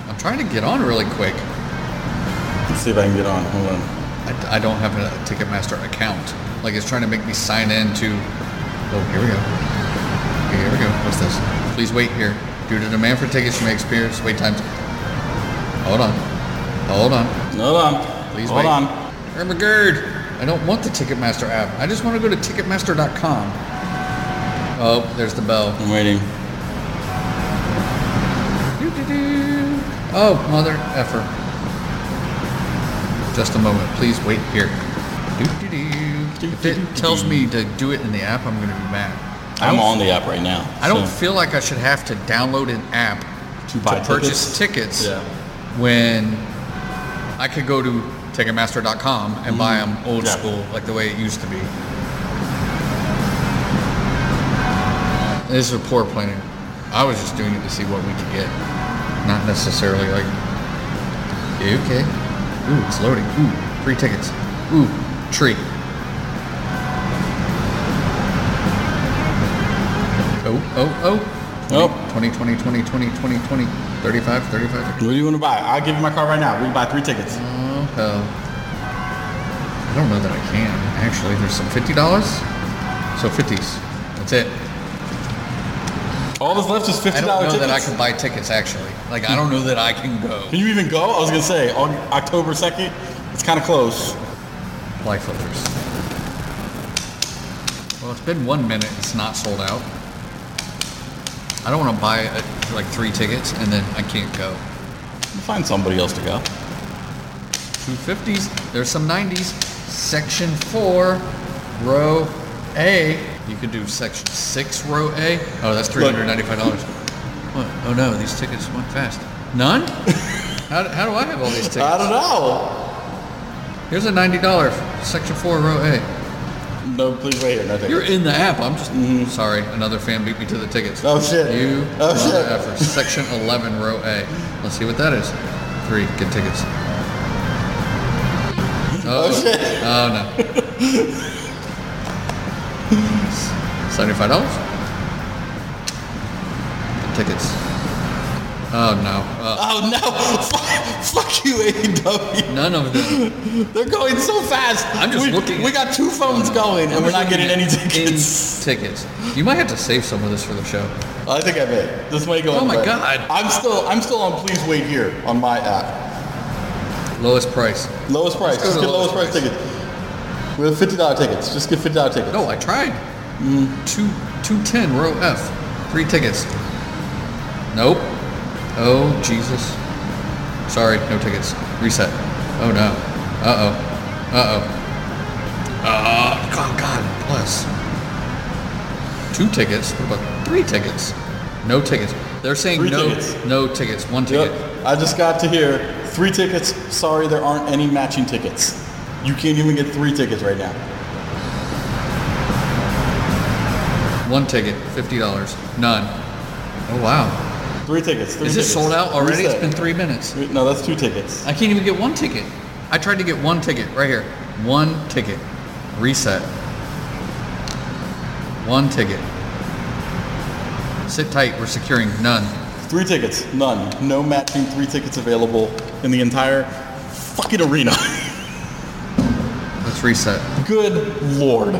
Speaker 2: I'm trying to get on really quick.
Speaker 1: Let's see if I can get on. Hold on.
Speaker 2: I, I don't have a Ticketmaster account. Like it's trying to make me sign in to. Oh, here we go. Okay, here we go. What's this? Please wait here. Due to demand for tickets, you may experience wait times. Hold on. Hold on.
Speaker 1: Hold on.
Speaker 2: Please
Speaker 1: Hold
Speaker 2: wait.
Speaker 1: on.
Speaker 2: Irma Gerd, I don't want the Ticketmaster app. I just want to go to Ticketmaster.com. Oh, there's the bell.
Speaker 1: I'm waiting.
Speaker 2: Doo-doo-doo. Oh, mother effer. Just a moment. Please wait here. Doo-doo-doo. If it tells me to do it in the app, I'm going to be mad. I
Speaker 1: I'm
Speaker 2: don't-
Speaker 1: on the app right now.
Speaker 2: I don't
Speaker 1: so-
Speaker 2: feel like I should have to download an app
Speaker 1: To buy
Speaker 2: purchase tickets,
Speaker 1: Yeah.
Speaker 2: when I could go to Ticketmaster.com and buy 'em buy them old
Speaker 1: Yeah.
Speaker 2: school, like the way it used to be. This is poor planning. I was just doing it to see what we could get, not necessarily like. Yeah, Okay. Ooh, it's loading. Ooh, free tickets. Ooh, tree. Oh, oh, oh.
Speaker 1: Oh.
Speaker 2: 20, 20, 20, 20, 20, 20, 35, 35.
Speaker 1: What do you want to buy? I'll give you my card right now. We can buy three tickets.
Speaker 2: Oh, hell. I don't know that I can. Actually, there's some $50. So 50s. That's it.
Speaker 1: All that's left is
Speaker 2: I
Speaker 1: fifty
Speaker 2: don't know
Speaker 1: dollars tickets.
Speaker 2: that I can buy tickets, actually. Like, I don't know that I can go.
Speaker 1: Can you even go? I was gonna say on October second. It's kind of close.
Speaker 2: Life flippers. Well, it's been one minute. It's not sold out. I don't want to buy uh like three tickets and then I can't go.
Speaker 1: We'll find somebody else to go.
Speaker 2: 250s. There's some 90s. Section 4, row A. You could do section 6, row A. Oh, that's $395. What? Oh no, these tickets went fast. None? how, how do I have all these tickets?
Speaker 1: I don't know.
Speaker 2: Here's a $90 section 4, row A.
Speaker 1: No, please wait here. No tickets.
Speaker 2: You're in the app. I'm just sorry. Another fan beat me to the tickets.
Speaker 1: Mm-hmm. Oh, shit.
Speaker 2: You
Speaker 1: Oh,
Speaker 2: mother
Speaker 1: shit.
Speaker 2: effer. Section 11, row A. Let's see what that is. Three. Get tickets. Oh,
Speaker 1: shit.
Speaker 2: Oh no. Seventy-five dollars. Tickets. Oh no.
Speaker 1: Oh no! Fuck, fuck you,
Speaker 2: Uh,
Speaker 1: AEW.
Speaker 2: none of them.
Speaker 1: They're going so fast.
Speaker 2: I'm just
Speaker 1: we,
Speaker 2: looking
Speaker 1: We
Speaker 2: at-
Speaker 1: got two phones going, and we're not getting any tickets.
Speaker 2: In tickets. You might have to save some of this for the show.
Speaker 1: I think I may. This may go.
Speaker 2: Oh,
Speaker 1: in
Speaker 2: my
Speaker 1: the-
Speaker 2: God.
Speaker 1: I'm still. I'm still on. Please wait here on my app.
Speaker 2: Lowest price.
Speaker 1: Lowest price.
Speaker 2: Let's
Speaker 1: Just
Speaker 2: go
Speaker 1: get
Speaker 2: to the
Speaker 1: lowest price
Speaker 2: lowest
Speaker 1: tickets. We have fifty dollar tickets. Just get fifty dollar tickets.
Speaker 2: No, I tried. Mm, Two two ten row F. Three tickets. Nope. Oh Jesus. Sorry, no tickets. Reset. Oh no. Uh oh. Uh oh. Uh oh God. Plus. Two tickets. What about three tickets? No tickets. They're saying
Speaker 1: Three
Speaker 2: no.
Speaker 1: tickets.
Speaker 2: No tickets. One ticket.
Speaker 1: Yep. I just got to hear three tickets. Sorry, there aren't any matching tickets. You can't even get three tickets right now.
Speaker 2: One ticket. Fifty dollars. None. Oh wow.
Speaker 1: Three tickets. Three tickets.
Speaker 2: Is this sold out already?
Speaker 1: Reset.
Speaker 2: It's been three minutes.
Speaker 1: Three- No, that's two tickets.
Speaker 2: I can't even get one ticket. I tried to get one ticket right here. One ticket. Reset. One ticket. Sit tight. We're securing none.
Speaker 1: Three tickets. None. No matching. Three tickets available in the entire fucking arena.
Speaker 2: Let's reset.
Speaker 1: Good lord.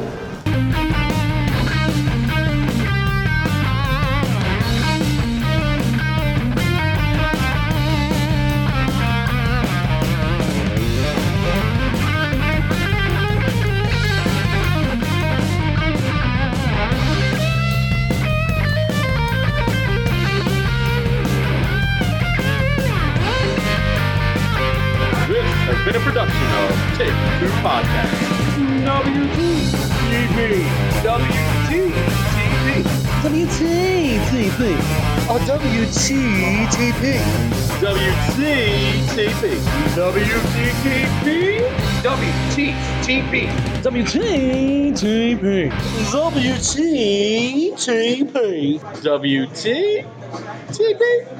Speaker 7: This has been a production of Take Two Podcast. WTTV. WTTV.
Speaker 8: WTTP. Or WTTP.
Speaker 7: WCTV. WTTV. WTTV.
Speaker 8: WTTP. WTTP.
Speaker 7: WTTV.